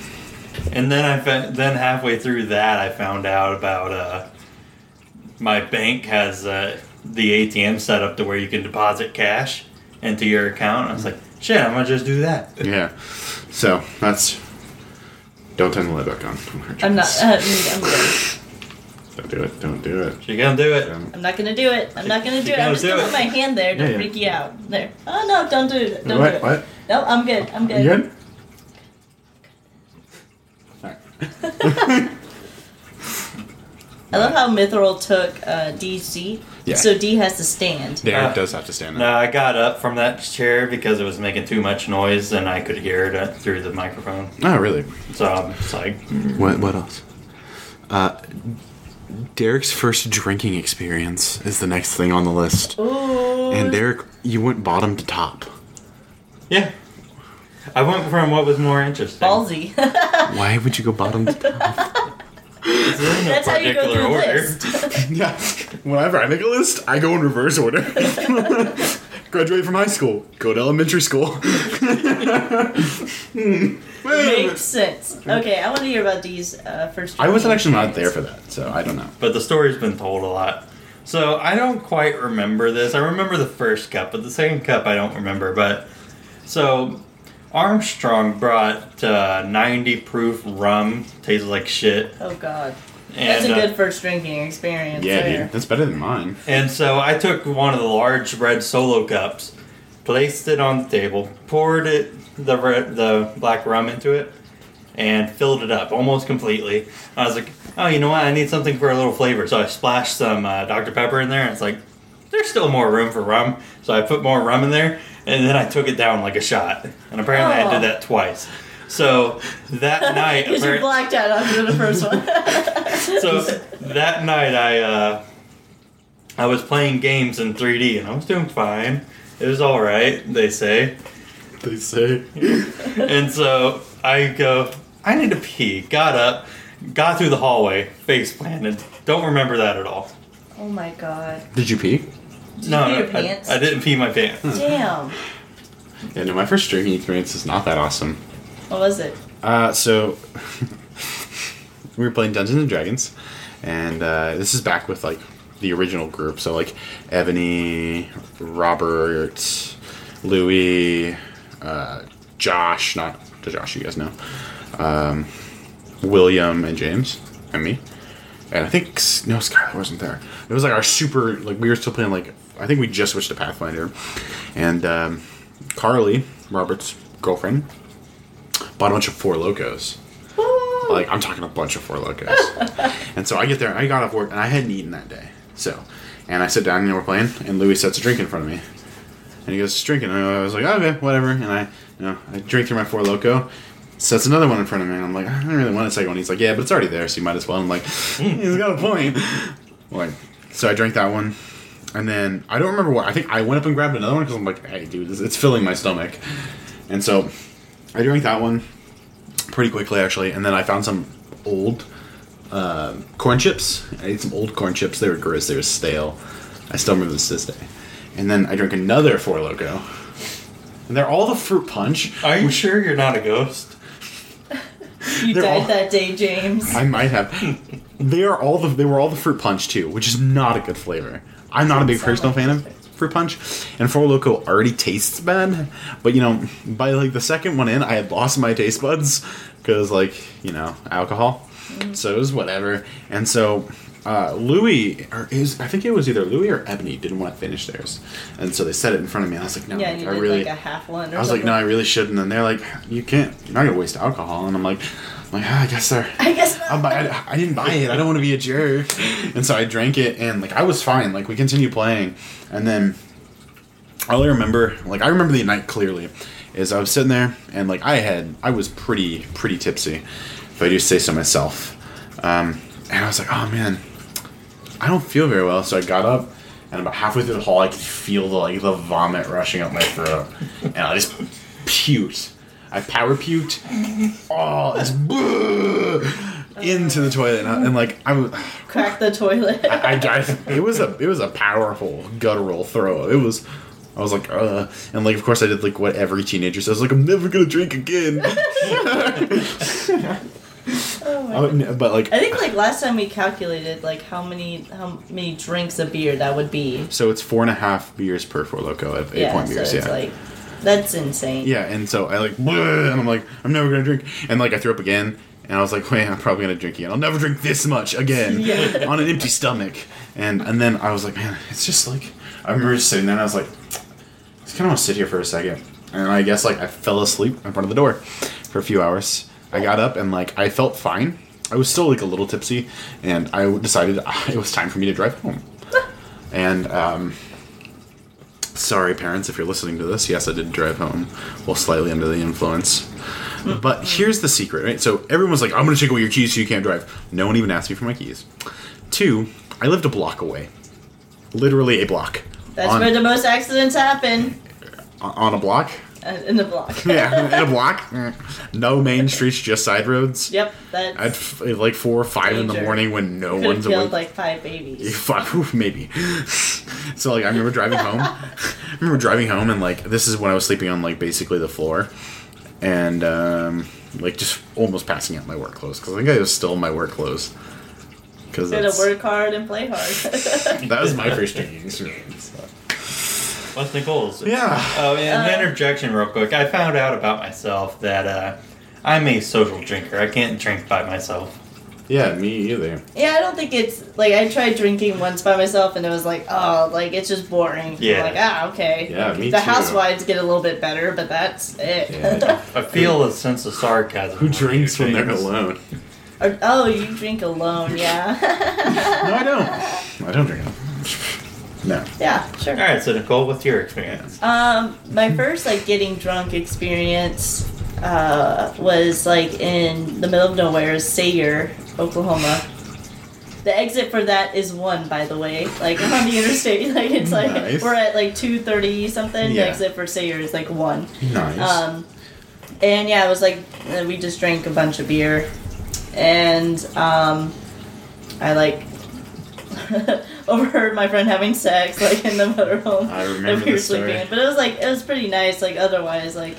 B: And then I fa- then halfway through that I found out about uh, my bank has uh, the ATM set up to where you can deposit cash into your account. I was like, shit, I'm gonna just do that.
A: Yeah. So that's. Don't turn the light back on. Don't hurt your
C: I'm not.
A: hands.
C: Uh, I'm, good.
A: Don't do it. Don't do it.
B: She gonna do it.
A: Um,
C: I'm not gonna do it. I'm not gonna do
B: You
C: it.
B: gotta
C: I'm just
B: do
C: gonna
B: it.
C: put my hand there to
A: Yeah, yeah.
C: freak you out. There. Oh no! Don't do it. Don't do
A: what?
C: it.
A: What?
C: No, I'm good. I'm good.
A: You good?
C: I love how Mithril took uh, DC.
A: Yeah.
C: So D has to stand.
A: Derek
B: Uh,
A: does have to stand up.
B: No, I got up from that chair because it was making too much noise and I could hear it uh, through the microphone.
A: Oh, really?
B: So I'm just like,
A: What? What else? Uh, Derek's first drinking experience is the next thing on the list.
C: Ooh.
A: And Derek, you went bottom to top.
B: yeah. I went from what was more interesting.
C: Ballsy.
A: Why would you go bottom to top?
B: It's in no
C: That's how you go
B: particular
C: through a
B: order.
C: list.
A: yeah. Whenever I make a list, I go in reverse order. Graduate from high school, go to elementary school. Hmm. Wait a minute.
C: Makes sense. Okay, I want to hear about D's uh, first.
A: I wasn't actually not there for that, so I don't know.
B: but the story's been told a lot. So I don't quite remember this. I remember the first cup, but the second cup I don't remember. But so Armstrong brought uh, 90 proof rum, tasted like shit.
C: Oh God,
B: And,
C: that's a
B: uh,
C: good first drinking experience.
A: Yeah,
C: there.
A: dude, that's better than mine.
B: and so I took one of the large red solo cups, placed it on the table, poured it the red, the black rum into it, and filled it up almost completely. I was like, oh, you know what? I need something for a little flavor, so I splashed some uh, Dr Pepper in there, and it's like there's still more room for rum, so I put more rum in there, and then I took it down like a shot. And apparently, I
C: Oh.
B: did that twice. So that night,
C: Because you
B: apparent-
C: blacked out after the first one.
B: so that night I uh, I was playing games in 3D and I was doing fine. It was all right, they say.
A: They say.
B: And so I go, I need to pee. Got up, got through the hallway, face planted. Don't remember that at all.
C: oh my God,
A: Did you pee?
C: Did
B: no,
C: you pee
B: no,
C: your
B: I-
C: pants?
B: I, didn't pee my pants.
C: damn.
A: Yeah, no, my first drinking experience is not that awesome.
C: What was it?
A: Uh, so we were playing Dungeons and Dragons, and uh, this is back with like the original group. So like Ebony, Robert, Louis, uh, Josh, not the Josh you guys know, um, William and James and me, and I think S- no Skylar wasn't there. It was like our super like we were still playing like I think we just switched to Pathfinder, and um, Carly, Robert's girlfriend, bought a bunch of four locos. Like I'm talking a bunch of four locos. and so I get there, I got off work, and I hadn't eaten that day. So, and I sit down and we're playing, and Louis sets a drink in front of me, and he goes "Just drinking. And I was like, okay, whatever. And I, you know, I drink through my four loco. Sets another one in front of me, and I'm like, I don't really want a second one. He's like, yeah, but it's already there, so you might as well. I'm like, he's got a point. Like, so I drank that one, And then I don't remember what. I think I went up and grabbed another one because I'm like, hey, dude, this, it's filling my stomach. And so I drank that one pretty quickly, actually. And then I found some old uh, corn chips. I ate some old corn chips. They were gross. They were stale. I still remember this to this day. And then I drank another Four Loco. And they're all the fruit punch.
B: Are you sure you're not a ghost?
C: You
A: They're
C: died
A: all-
C: that day, James.
A: I might have. They are all the they were all the fruit punch too, which is not a good flavor. I'm not a big
C: Doesn't
A: personal
C: sound
A: fan
C: like
A: of fruit punch, and Four Loco already tastes bad. But you know, by like the second one in, I had lost my taste buds because like you know alcohol,
C: Mm-hmm.
A: so it was whatever. And so uh, Louis or is I think it was either Louis or Ebony didn't want to finish theirs, and so they said it in front of me. And I was like, no,
C: yeah,
A: like,
C: and you
A: I
C: did
A: really
C: like a half one or
A: I was like,
C: something.
A: no, I really shouldn't. And they're like, you can't. You're not gonna waste alcohol. And I'm like, I'm like ah, I guess they're
C: I guess not.
A: I'm, I, I didn't buy it. I don't want to be a jerk. And so I drank it, and like I was fine. Like we continued playing, and then all I remember, like I remember the night clearly, is I was sitting there, and like I had, I was pretty pretty tipsy, if I do say so myself. Um, and I was like, oh man, I don't feel very well. So I got up, and about halfway through the hall, I could feel the like the vomit rushing up my throat, and I just puked. I power puked oh, it's into the toilet, and, I, and like I, was-
C: Crack the toilet.
A: I, I- it was a, it was a powerful guttural throw. It was, I was like, uh, and like of course I did like what every teenager says, like I'm never gonna drink again.
C: oh my
A: Oh,
C: God.
A: no, but like,
C: I think like last time we calculated like how many how many drinks of beer that would be.
A: so it's four and a half beers per four loco of eight point
C: so
A: beers,
C: it's
A: yeah.
C: like that's insane.
A: yeah, and so I like, bleh, and I'm like, I'm never gonna drink, and like I threw up again, and I was like, wait, I'm probably gonna drink again. I'll never drink this much again
C: Yeah.
A: on an empty stomach. And and then I was like, man, it's just like I remember just sitting there, and I was like, I just kind of want to sit here for a second. And I guess like I fell asleep in front of the door for a few hours. I got up and like I felt fine. I was still like a little tipsy, and I decided it was time for me to drive home. and um, Sorry, parents, if you're listening to this. Yes, I did drive home while slightly under the influence. But here's the secret, right? So everyone's like, I'm going to take away your keys so you can't drive. No one even asked me for my keys. Two, I lived a block away. Literally a block.
C: That's
A: on,
C: where the most accidents happen
A: on a block?
C: uh, in the block.
A: Yeah, in a block. Mm. No main streets, just side roads.
C: Yep. That's
A: At f- like four or five in the
C: Danger.
A: morning when no
C: could have
A: one's awake.
C: killed like five babies.
A: Fuck, maybe. so like I remember driving home. I remember driving home and like this is when I was sleeping on like basically the floor, and um, like just almost passing out my work clothes because I think I was still in my work clothes. Because
C: Gotta work hard and play hard.
A: that was my first drinking experience.
B: What's Nicole's?
A: Yeah.
B: Oh, yeah.
C: Uh,
B: an interjection, real quick. I found out about myself that uh, I'm a social drinker. I can't drink by myself.
A: Yeah, me either.
C: yeah, I don't think it's like I tried drinking once by myself and it was like, oh, like it's just boring. I'm
B: Yeah.
C: like ah, okay.
A: Yeah, me
C: the
A: too.
C: housewives get a little bit better, but that's it.
A: Yeah.
B: I feel a sense of sarcasm.
A: Who
B: when I do
A: drinks when they're
B: things.
A: alone?
C: Or- oh, you drink alone? Yeah.
A: No, I don't. I don't drink. alone. No.
C: yeah, sure.
B: All right, so Nicole, what's your experience?
C: Um, my first like getting drunk experience uh, was like in the middle of nowhere, Sayre, Oklahoma. The exit for that is one, by the way. Like on the interstate, like it's like
A: Nice.
C: we're at like two thirty something.
A: Yeah.
C: The exit for Sayre is like one.
A: Nice.
C: Um, and yeah, it was like uh, we just drank a bunch of beer, and um, I like overheard my friend having sex like in the motorhome.
A: I
C: that
A: remember
C: we were
A: this story.
C: sleeping in. but it was like it was pretty nice. Like otherwise, like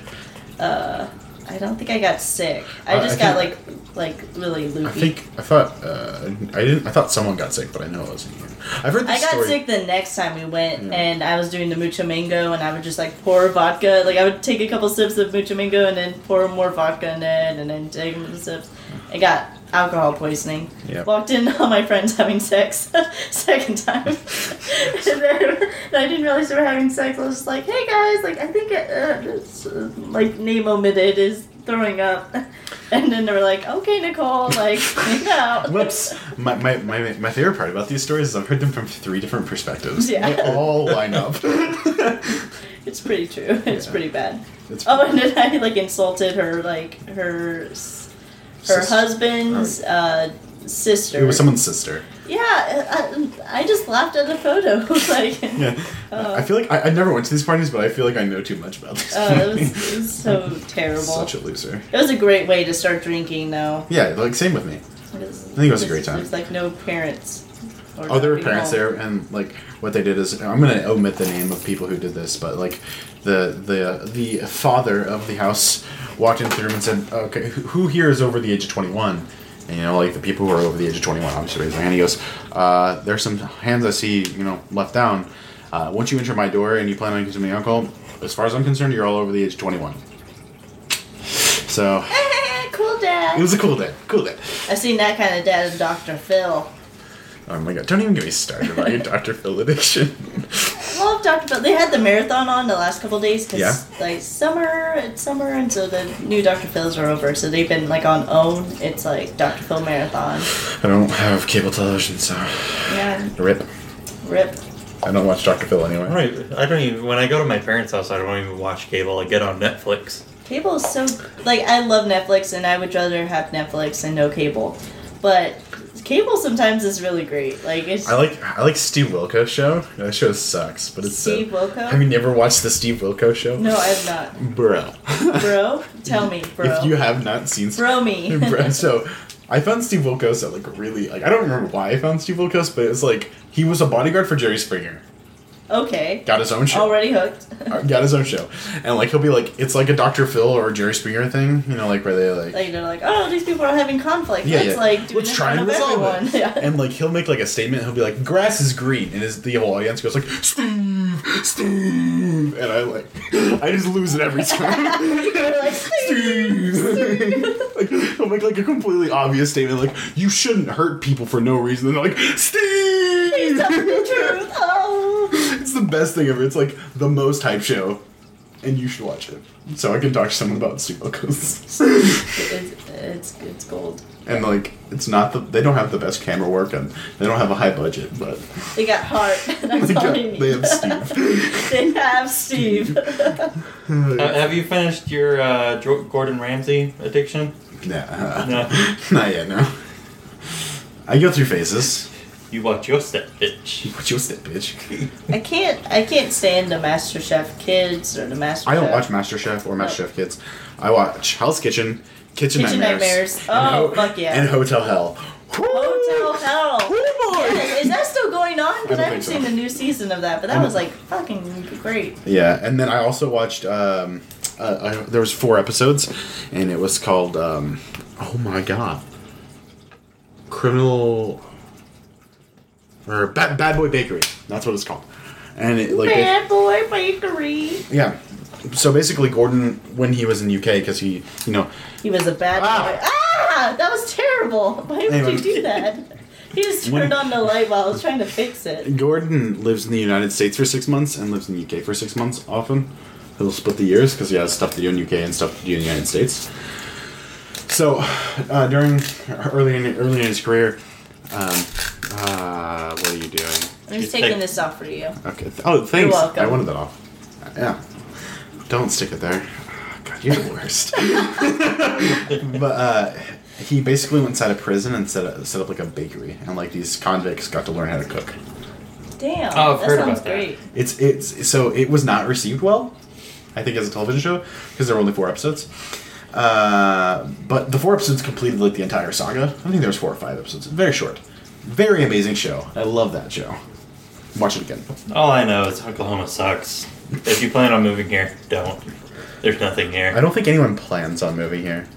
C: uh, I don't think I got sick. I
A: Uh, I
C: just got like like really loopy.
A: I think I thought uh, I didn't. I thought someone got sick, but I know it wasn't you. I've heard this
C: I got
A: story.
C: sick the next time we went,
A: Yeah.
C: and I was doing the mucho mango, and I would just like pour vodka. Like I would take a couple sips of mucho mango, and then pour more vodka in it, and then take more sips. I got alcohol poisoning.
A: Yep.
C: Walked in on my friends having sex second time, and then and I didn't realize they were having sex. I was just like, "Hey guys, like I think uh, this, uh, like name omitted is throwing up," and then they were like, "Okay, Nicole, like hang out."
A: Whoops. My, my, my, my favorite part about these stories is I've heard them from three different perspectives.
C: Yeah.
A: They all line up.
C: It's pretty true. It's
A: Yeah.
C: pretty bad.
A: It's
C: Oh, and then I like insulted her, like her, s- her
A: Sis-
C: husband's uh, sister.
A: It was someone's sister.
C: Yeah, I, I just laughed at the photo. like,
A: Yeah.
C: Oh.
A: I feel like I, I never went to these parties, but I feel like I know too much about these.
C: oh, it
A: parties.
C: was, it was so terrible.
A: Such a loser.
C: it was a great way to start drinking, though.
A: Yeah, like same with me.
C: I think
A: it was a great time.
C: There's like no parents. or
A: Oh, there were
C: nothing
A: parents
C: home.
A: there, and like what they did is I'm gonna omit the name of people who did this, but like the the the father of the house walked into the room and said, "Okay, who who here is over the age of 21?" And you know, like the people who are over the age of 21 obviously raised their hand. He goes, uh, "There's some hands I see, you know, left down. Uh, once you enter my door and you plan on consuming alcohol, as far as I'm concerned, you're all over the age of 21." So
C: cool
A: it
C: dad.
A: was a cool day. Cool day.
C: I've seen that kind of dad in Dr. Phil.
A: Oh my god! Don't even get me started about your Dr. Phil addiction.
C: Love Dr. Phil. They had the marathon on the last couple days because
A: Yeah.
C: like summer, it's summer, and so the new Dr. Phils are over. So they've been like on own. It's like Dr. Phil marathon.
A: I don't have cable television, so
C: Yeah,
A: rip.
C: rip.
A: I don't watch Doctor Phil anyway.
B: I don't, even, I don't even. When I go to my parents' house, I don't even watch cable. I get on Netflix.
C: Cable is so like I love Netflix, and I would rather have Netflix and no cable, but cable sometimes is really great. Like it's
A: I like I like Steve Wilko's show. That show sucks, but it's
C: Steve
A: so.
C: Wilco?
A: Have you never watched the Steve Wilco show?
C: no, I have not.
A: bro.
C: Bro, tell me, bro.
A: if you have not seen
C: Bro me.
A: Bro- so I found Steve Wilkos at like a really like I don't remember why I found Steve Wilkos, but it's like he was a bodyguard for Jerry Springer.
C: okay.
A: Got his own show.
C: Already hooked.
A: Uh, Got his own show, and like he'll be like it's like a Doctor Phil or Jerry Springer thing, you know, like where they like
C: like they're like, oh, these people are having conflict.
A: Yeah,
C: Let's
A: yeah.
C: like do
A: Let's
C: it in
A: try
C: front
A: and
C: of
A: resolve
C: everyone.
A: it.
C: Yeah.
A: And like he'll make like a statement. He'll be like, "Grass is green," and his, the whole audience goes like, "Steve, Steve," and I like, I just lose it every time.
C: They're like,
A: Steve. like he'll make like a completely obvious statement, like, "You shouldn't hurt people for no reason." And they're like,
C: please
A: "Steve."
C: tell me the truth. Oh.
A: it's the best thing ever. It's like the most hype show, and you should watch it. So I can talk to someone about Steve Wilkos.
C: It's, it's it's gold.
A: and like, it's not the they don't have the best camera work, and they don't have a high budget, but.
C: They got heart. That's
A: They
C: all
A: got-
C: they need.
A: they have Steve.
C: They have Steve.
B: Uh, have you finished your uh, Dro- Gordon Ramsay addiction?
A: Nah.
B: No.
A: Not yet, no. I go through phases.
B: You watch your step, bitch.
A: What's your step, bitch?
C: I can't. I can't stand the MasterChef kids or the MasterChef.
A: I don't watch MasterChef or MasterChef Kids. I watch Hell's Kitchen, Kitchen,
C: Kitchen Nightmares.
A: and
C: Oh, fuck yeah.
A: And Hotel Hell.
C: Hotel Hell.
A: Oh, boy.
C: Is that still going on? Because
A: I don't
C: I, haven't
A: think so.
C: seen the new season of that, but that
A: don't-
C: was like fucking great.
A: Yeah, and then I also watched. Um, uh, I, there was four episodes, and it was called. Um, oh my god, criminal or bad, bad boy bakery. That's what it's called, and it like. they-
C: Bad Boy Bakery.
A: Yeah. So basically, Gordon, when he was in UK, because he, you know,
C: He was a bad
A: Ah.
C: boy. Ah, that was terrible. Why would
A: Anyway.
C: you do that? He just turned
A: When-
C: on the light while I was trying to fix it.
A: Gordon lives in the United States for six months and lives in the UK for six months often. He'll split the years because he has stuff to do in UK and stuff to do in the United States. So uh, during early in early in his career, um, uh, what are you doing?
C: I'm just
B: Hey.
C: taking this off for you.
A: Okay. th- oh, thanks.
C: welcome.
A: I wanted that off. Uh, Yeah. Don't stick it there. Oh, God, you're the worst. but uh, he basically went inside a prison and set up, set up like a bakery, and like these convicts got to learn how to cook.
C: Damn.
B: Oh, I've
C: that
B: heard about
C: sounds
B: that.
C: great.
A: It's it's so it was not received well, I think, as a television show because there were only four episodes. Uh, but the four episodes completed like the entire saga. I think there was four or five episodes. Very short, very amazing show. I love that show. Watch it again.
B: All I know is Oklahoma sucks. If you plan on moving here, don't. There's nothing
A: I
B: here.
A: don't think anyone plans on moving here.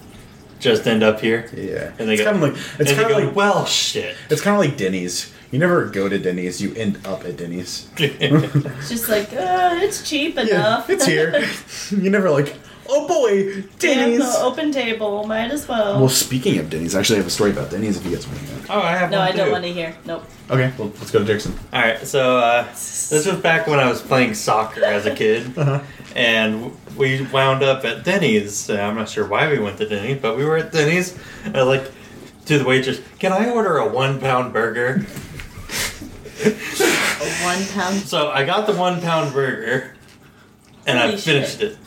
B: Just end up here.
A: Yeah.
B: And they
A: it's
B: go-
A: kind of like
B: and
A: it's
B: they
A: kind of
B: go,
A: like
B: well, shit.
A: it's kind of like Denny's. You never go to Denny's. You end up at Denny's.
C: It's just like, uh, it's cheap enough.
A: it's here. you never like, oh boy,
C: Damn
A: Denny's.
C: the open table. Might as well.
A: Well, speaking of Denny's, I actually have a story about Denny's. If you guys want to hear.
B: oh, I have
C: no,
B: one
C: I don't
B: too.
C: want to hear. Nope.
A: it. Okay, well, let's go to Dixon.
B: All right, so uh, this was back when I was playing soccer as a kid, and we wound up at Denny's. Uh, I'm not sure why we went to Denny's, but we were at Denny's. And I like to the waitress, "Can I order a one pound burger?"
C: A one pound.
B: So I got the one pound burger, and I
C: Holy
B: finished
C: shit.
B: it.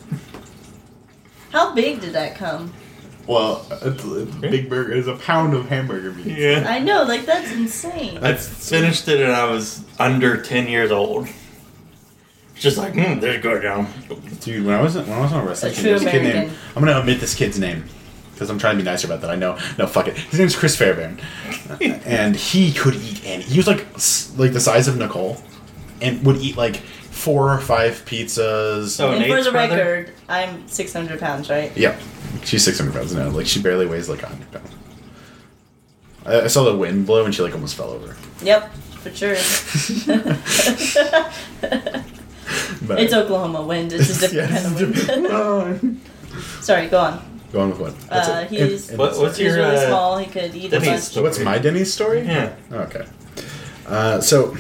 C: How big did that come?
A: Well, it's, it's Big Burger is a pound of hamburger meat.
B: Yeah.
C: I know, like that's insane.
B: I finished it and I was under 10 years old. Just like, hmm, there's go down.
A: Dude, when I was when I was on a wrestling
C: A
A: team,
C: true
A: there was a kid
C: American.
A: named, I'm gonna omit this kid's name because I'm trying to be nicer about that. I know. No, fuck it. His name's Chris Fairbairn, and he could eat any. He was like s- like the size of Nicole, and would eat like four or five pizzas.
B: Oh,
C: and for
B: Nate's
C: the
B: brother?
C: record, I'm 600 pounds, right?
A: Yeah, she's 600 pounds now. Like she barely weighs like 100 pounds. I, I saw the wind blow and she like almost fell over.
C: Yep, for sure.
A: But
C: it's Oklahoma wind. It's a different
A: Yes,
C: kind of wind.
A: different-
C: Sorry, go on.
A: Go on with what? That's
C: Uh,
A: it.
C: he's-
A: And- and
B: What, what's
C: He's
B: your.
C: really
B: uh,
C: small. He could eat a
B: Denise.
C: bunch.
A: So what's my Denny's story?
B: Yeah.
A: Okay. Uh, so,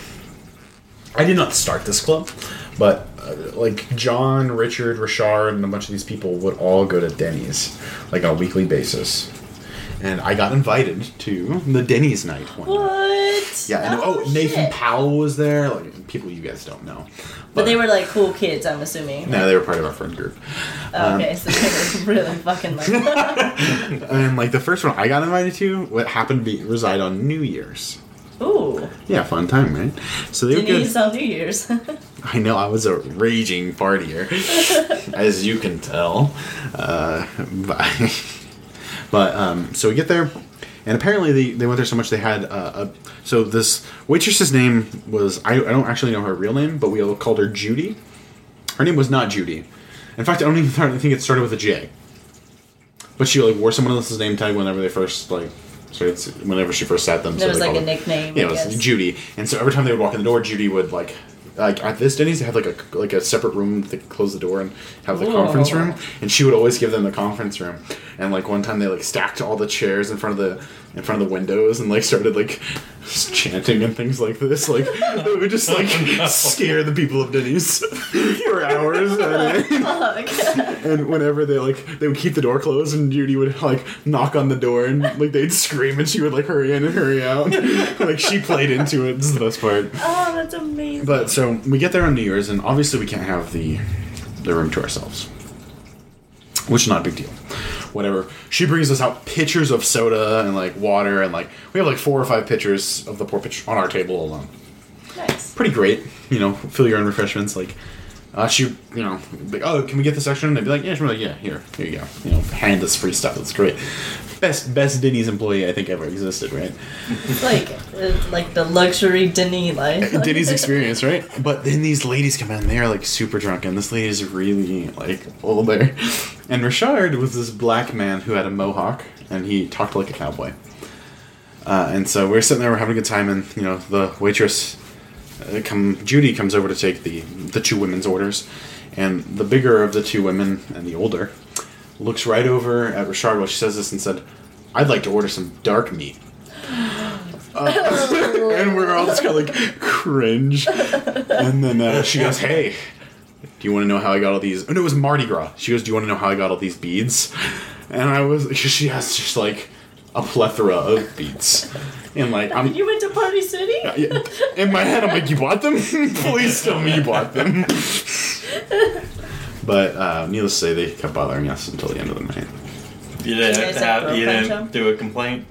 A: I did not start this club, but uh, like John, Richard, Richard, and a bunch of these people would all go to Denny's like on a weekly basis, and I got invited to the Denny's night one. night.
C: What?
A: Yeah. And, oh, Nathan
C: shit.
A: Powell was there. Like people you guys don't know,
C: But they were like cool kids, I'm assuming. Oh,
A: No, um, they were part of our friend group.
C: Okay, so they were really fucking like.
A: And like the first one I got invited to, what happened to be reside on New Year's.
C: Ooh,
A: Yeah, fun time, right? So they were good.
C: Denise uh- on New Year's.
A: I know I was a raging partier, as you can tell. Uh, by, but um, so we get there, and apparently they, they went there so much they had uh, a so this waitress's name was I, I don't actually know her real name, but we all called her Judy. Her name was not Judy. In fact, I don't even th- I don't think it started with a J. But she like wore someone else's name tag whenever they first like started, whenever she first sat them.
C: That was
A: they
C: like
A: called
C: a
A: her-
C: nickname.
A: yeah,
C: I
A: it was
C: guess.
A: Judy. And so every time they would walk in the door, Judy would like like at this Denny's they had like a like a separate room they could close the door and have the
C: Whoa.
A: conference room. And she would always give them the conference room. And like one time they like stacked all the chairs in front of the in front of the windows and like started like chanting and things like this. Like it would just like scare the people of Denny's for hours. at a-
C: Fuck.
A: and whenever they like they would keep the door closed and Judy would like knock on the door and like they'd scream and she would like hurry in and hurry out. like she played into it. This is the best part.
C: oh, that's amazing.
A: But so we get there on New Year's and obviously we can't have the the room to ourselves. Which is not a big deal. Whatever. She brings us out pitchers of soda and like water and like we have like four or five pitchers of the poor pitch on our table alone
C: nice.
A: pretty great. You know, fill your own refreshments. Like, uh, she, you know, like, oh, can we get this extra? And they'd be like, yeah, sure. Like, yeah, here, here you go. You know, hand us free stuff. It's great. Best, best Denny's employee I think ever existed, right?
C: It's like it's like the luxury Denise life.
A: Denny's experience, right? But then these ladies come in, they are like super drunk, and this lady is really like older. And Richard was this black man who had a mohawk, and he talked like a cowboy. Uh, and so we're sitting there, we're having a good time, and you know the waitress, uh, come Judy comes over to take the the two women's orders, and the bigger of the two women and the older looks right over at Richard while she says this and said, "I'd like to order some dark meat." and we're all just kind of like cringe. And then uh, she goes, "Hey, do you want to know how I got all these?" Oh, no, it was Mardi Gras. She goes, "Do you want to know how I got all these beads?" And I was, she has just like a plethora of beads, and like I'm
C: you went to Party City?
A: yeah. In my head, I'm like, you bought them? Please tell me you bought them. but uh, needless to say, they kept bothering us until the end of the night.
B: You
C: You
B: didn't,
C: guys have
B: have, you
C: girlfriend
B: didn't
C: show?
B: do a complaint?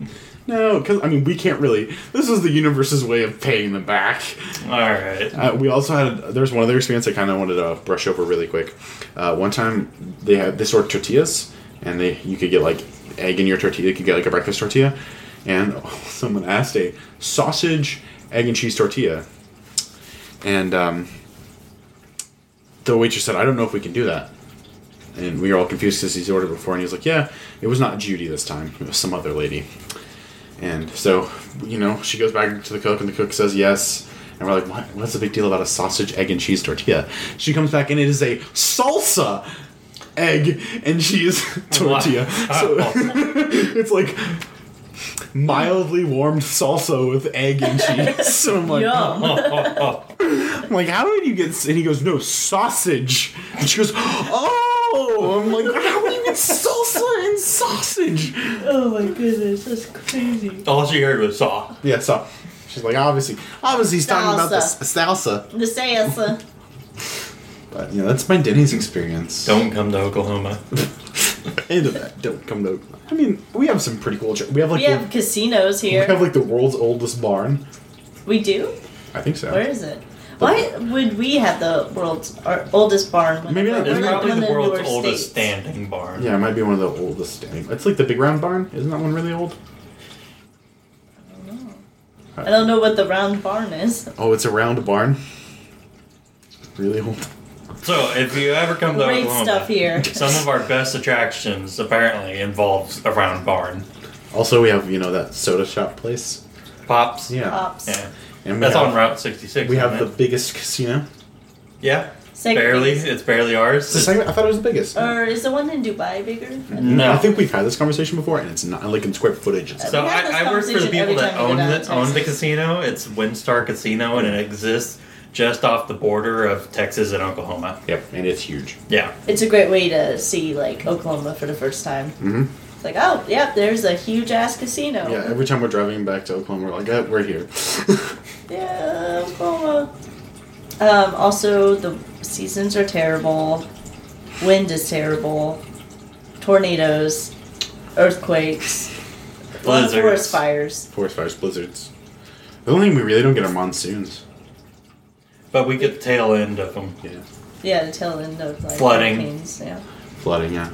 A: No, because I mean, we can't really. This is the universe's way of paying them back.
B: Alright.
A: Uh, we also had there's one other experience I kind of wanted to brush over really quick. Uh, one time they had they sold tortillas, and they you could get like egg in your tortilla. You could get like a breakfast tortilla, and someone asked a sausage, egg and cheese tortilla, and um, the waitress said, "I don't know if we can do that." And we were all confused because he's ordered before, and he was like, "Yeah, it was not Judy this time. It was some other lady." And so, you know, she goes back to the cook, and the cook says yes. And we're like, what? What's the big deal about a sausage, egg, and cheese tortilla? She comes back, and it is a salsa, egg, and cheese tortilla. So it's like mildly warmed salsa with egg and cheese. So I'm like,
C: Yum.
B: Oh,
A: I'm like, how did you get? s-" And he goes, no, sausage. And she goes, oh. I'm like, how do you get salsa and sausage?
C: Oh my goodness, that's crazy.
B: All she heard was saw.
A: Yeah, so she's like, obviously, obviously, he's talking about the s- salsa.
C: The salsa.
A: But you know, that's my Denny's experience.
B: Don't come to Oklahoma.
A: End of that. Don't come to Oakland. I mean, we have some pretty cool. Tr- we have like
C: we have
A: the,
C: casinos
A: we have
C: here.
A: like the world's oldest barn.
C: We do.
A: I think so.
C: Where is it? Why would we have the world's our oldest barn? when
A: Maybe
C: we're-
A: that-
B: It's
C: we're
B: probably
C: in
B: the world's
C: newer
B: oldest
C: states?
B: standing barn.
A: Yeah, it might be one of the oldest standing. It's like the big round barn. Isn't that one really old?
C: I don't know what the round barn is.
A: Oh, it's a round barn. Really old.
B: So if you ever come to
C: Great
B: Oklahoma,
C: stuff here.
B: some of our best attractions apparently involves around barn
A: Also, we have you know that soda shop place.
B: pops.
A: Yeah,
C: Pops.
B: yeah.
A: and we
B: That's
A: have,
B: on Route 66.
A: We have the
B: isn't it?
A: biggest casino.
B: yeah,
C: Second
B: barely.
C: biggest.
B: It's barely
A: It's the
B: ours.
A: second. I thought it was the biggest.
C: Or is the one in Dubai bigger?
A: I
B: No.
A: think we've had this conversation before, and it's not like in square footage. It's
B: So
C: We have this
B: I, I work for the
C: conversation
B: people
C: every
B: that
C: time we go
B: own
C: down
B: the,
C: to
B: own the
C: Texas.
B: casino. It's Windstar Casino, and it exists just off the border of Texas and Oklahoma.
A: yep, and it's huge.
B: Yeah,
C: It's a great way to see like Oklahoma for the first time.
A: Mhm.
C: It's like, oh, yeah, there's a huge ass casino.
A: Yeah, every time we're driving back to Oklahoma, we're like, "Eh, we're here.
C: Yeah, Oklahoma. Um, also, the seasons are terrible. Wind is terrible. Tornadoes, earthquakes, a lot of forest
B: blizzards.
C: fires.
A: Forest fires, blizzards. The only thing we really don't get are monsoons.
B: But we get the tail end of them.
A: Yeah,
C: Yeah, the tail end of like
B: Flooding.
C: hurricanes, Yeah,
A: flooding. Yeah,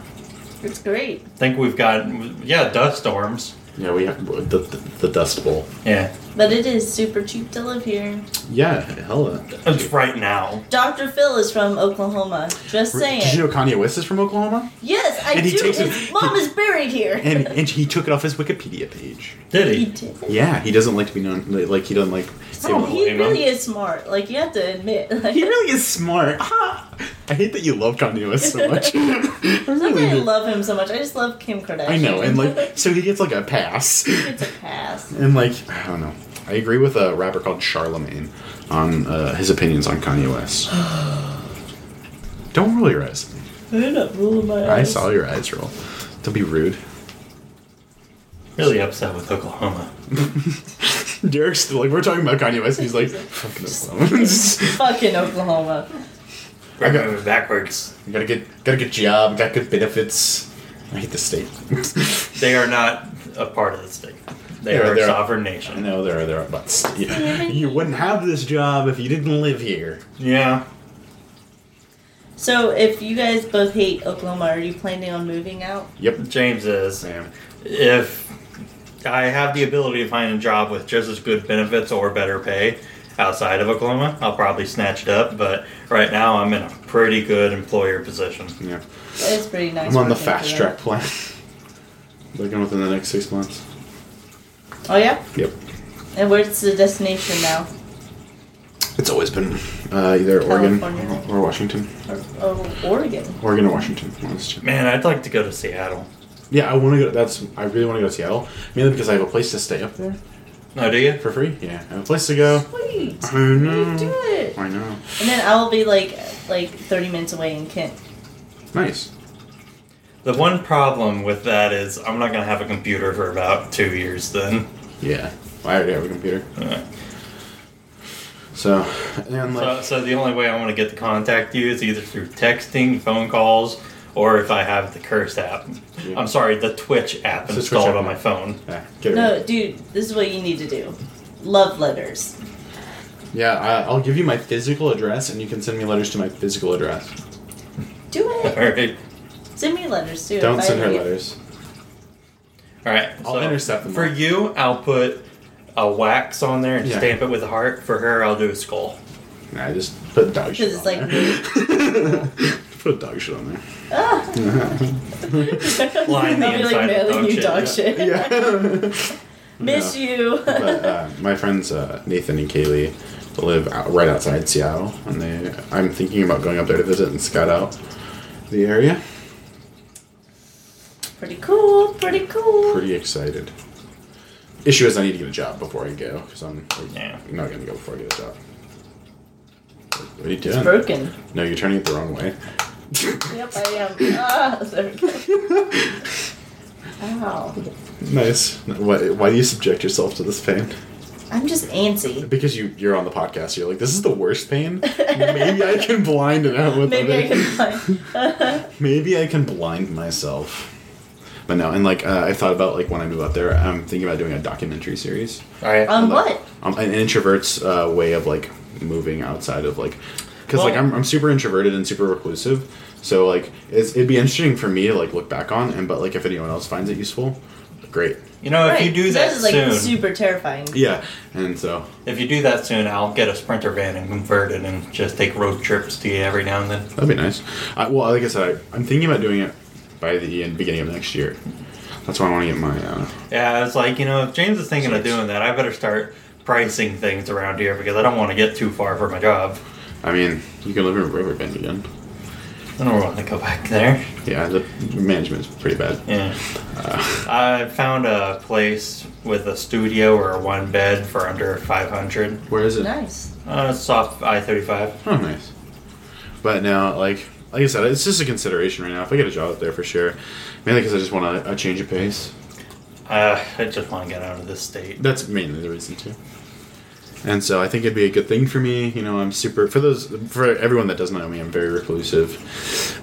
C: it's great.
B: I think we've got yeah dust storms.
A: yeah. We have the the, the Dust Bowl.
B: Yeah,
C: But it is super cheap to live here.
A: Yeah, hella.
B: it's right now.
C: Dr. Phil is from Oklahoma. Just saying.
A: Did you know Kanye West is from Oklahoma?
C: Yes, I
A: And he
C: do.
A: takes it-
C: His mom is buried here.
A: And and he took it off his Wikipedia page.
B: Did
C: he
B: he?
C: did.
A: Yeah, he doesn't like to be known. Like, like he doesn't like.
C: Oh,
A: He
C: he
B: Amen.
C: really is smart. Like you have to admit. Like,
A: really is smart. Ah, I hate that you love Kanye West so much. I
C: not
A: really
C: that I
A: do.
C: love him so much. I just love Kim Kardashian.
A: I know, and like, so he gets like a pass,
C: it's a pass.
A: and like, I don't know. I agree with a rapper called Charlemagne on uh, his opinions on Kanye West. Don't roll your eyes.
C: I'm not ruling my
A: I
C: eyes.
A: saw your eyes roll. Don't be rude.
B: Really upset with Oklahoma.
A: Derek's still like, we're talking about Kanye West, and he's like, fucking Oklahoma.
C: Fucking Oklahoma.
B: We're
A: Okay.
B: moving backwards.
A: You got a good, got a good job, got good benefits. I hate the state.
B: They are not a part of the state. They
A: They're-
B: are a
A: they're-
B: sovereign
A: I
B: nation.
A: know there are there are butts. Yeah. You wouldn't have this job if you didn't live here.
B: Yeah.
C: So if you guys both hate Oklahoma, are you planning on moving out?
A: Yep.
B: James is.
A: Sam.
B: If I have the ability to find a job with just as good benefits or better pay outside of Oklahoma, I'll probably snatch it up. But right now, I'm in a pretty good employer position.
A: Yeah.
C: That is pretty nice.
A: I'm on the
C: working for
A: fast
C: them.
A: track plan. Looking within the next six months.
C: Oh yeah.
A: Yep.
C: And where's the destination now?
A: It's always been uh, either
C: California.
A: Oregon or, or Washington.
C: Oh, Oregon.
A: Oregon or Washington. one of those two.
B: Man, I'd like to go to Seattle.
A: Yeah, I want to go. That's I really want to go to Seattle mainly because I have a place to stay up there
B: No, do you?
A: for free. Yeah, I have a place to go.
C: Sweet.
A: I
C: You do
A: know.
C: it.
A: I know.
C: And then I will be like like 30 minutes away in Kent.
A: Nice.
B: The one problem with that is I'm not going to have a computer for about two years then.
A: Yeah. I already have a computer.
B: Uh,
A: So and like.
B: So, so the only way I want to get to contact you is either through texting, phone calls, or if I have the Curse app.
A: Yeah.
B: I'm sorry, the Twitch app
A: It's the Twitch
B: installed
A: app.
B: on my phone.
A: yeah, get rid of it.
C: No, dude, this is what you need to do. Love letters.
A: Yeah, I, I'll give you my physical address, and you can send me letters to my physical address.
C: Do
B: All
C: it.
B: right,
C: Send me letters too.
A: Don't
C: if I
A: send her
C: leave.
A: letters.
B: all right.
A: I'll
B: so
A: intercept them
B: for
A: all.
B: you. I'll put a wax on there and
A: Yeah.
B: stamp it with a heart. For her, I'll do a skull.
A: Nah, just put dog shit.
C: Because it's
A: on
C: like-
A: there. put dog shit on there.
C: Ah.
B: Line the
C: I'll be
B: inside
C: like
B: with
C: mailing
B: dog
C: you
B: shit.
C: dog shit.
A: Yeah.
C: Miss
A: No.
C: you.
A: but uh, my friends uh, Nathan and Kaylee live out, right outside Seattle, and they I'm thinking about going up there to visit and scout out the area.
C: pretty cool. Pretty cool.
A: Pretty excited. Issue is I need to get a job before I go because I'm like,
B: Yeah.
A: not gonna go before I get a job. What are you
C: It's
A: doing?
C: broken.
A: No, you're turning it the wrong way.
C: Yep, I am. Ah, there we go. Ow.
A: Nice. Why, why do you subject yourself to this pain?
C: I'm just antsy.
A: Because you you're on the podcast, you're like, this is the worst pain. Maybe I can blind it out with
C: Maybe
A: other.
C: I can find.
A: Maybe I can blind myself. But no, and like uh, I thought about like when I move out there, I'm thinking about doing a documentary series.
D: All right.
C: Um,
A: Like,
C: what?
A: Um, an introvert's uh, way of like moving outside of like, because like
D: Well-
A: I'm, I'm super introverted and super reclusive. So like it's, it'd be interesting for me to like look back on, and but like if anyone else finds it useful, great.
B: You know, if you do that
C: This is like
B: soon,
C: super terrifying.
A: Yeah, and so
B: if you do that soon, I'll get a sprinter van and convert it and just take road trips to you every now and then.
A: that'd be nice. I, well, like I said, I, I'm thinking about doing it by the end, beginning of next year. That's why I want to get my. Uh,
B: Yeah, it's like you know, if James is thinking of doing that, I better start pricing things around here because I don't want to get too far for my job.
A: I mean, you can live in Riverbend again.
B: I don't want to go back there.
A: Yeah, the management's pretty bad.
B: Yeah. Uh, I found a place with a studio or a one bed for under 500.
A: Where is it?
C: Nice.
B: Uh, it's off I 35.
A: Oh, nice. But now, like, like I said, it's just a consideration right now. If I get a job up there for sure, mainly because I just want a, a change of pace.
B: Uh, I just want to get out of this state.
A: That's mainly the reason too. And so I think it'd be a good thing for me. You know, I'm super for those for everyone that doesn't know me. I'm very reclusive,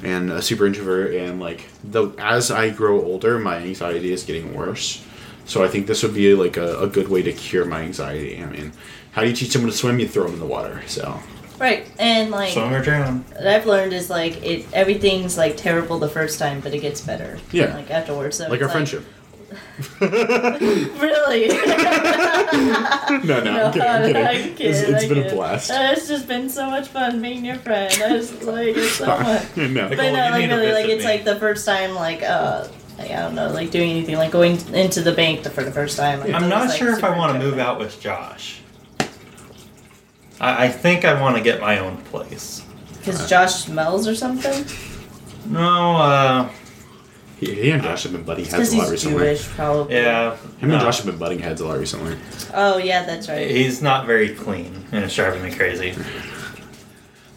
A: and a super introvert. And like the as I grow older, my anxiety is getting worse. So I think this would be like a, a good way to cure my anxiety. I mean, how do you teach someone to swim? You throw them in the water. So
C: Right, and like
B: Swim or drown.
C: what I've learned is like it everything's like terrible the first time, but it gets better.
A: Yeah.
C: Like afterwards. So
A: like
C: it's
A: our friendship.
C: Really?
A: No, no, I'm kidding. I'm kidding.
C: I'm kidding,
A: It's- it's
C: I
A: been a
C: kid.
A: blast.
C: Uh, it's just been so much fun being your friend. I just like it so much.
A: no.
B: Like,
C: But
B: Nicole,
C: no,
B: you need
C: like
B: to
C: really, like
B: visit
C: it's
B: me.
C: like the first time, like uh, like, I don't know, like doing anything, like going into the bank for the first time. like,
B: I'm
C: it was,
B: not
C: like,
B: sure if I
C: super
B: want to
C: different.
B: move out with Josh. I, I think I want to get my own place.
C: because Josh smells or something.
B: No, uh,
A: He, he and Josh have been butting heads
C: Because
A: a lot
C: he's
A: recently.
C: Jewish, probably.
B: yeah.
A: Him
B: no.
A: and Josh have been butting heads a lot recently.
C: Oh yeah, that's right.
B: He's not very clean, and it's driving me crazy.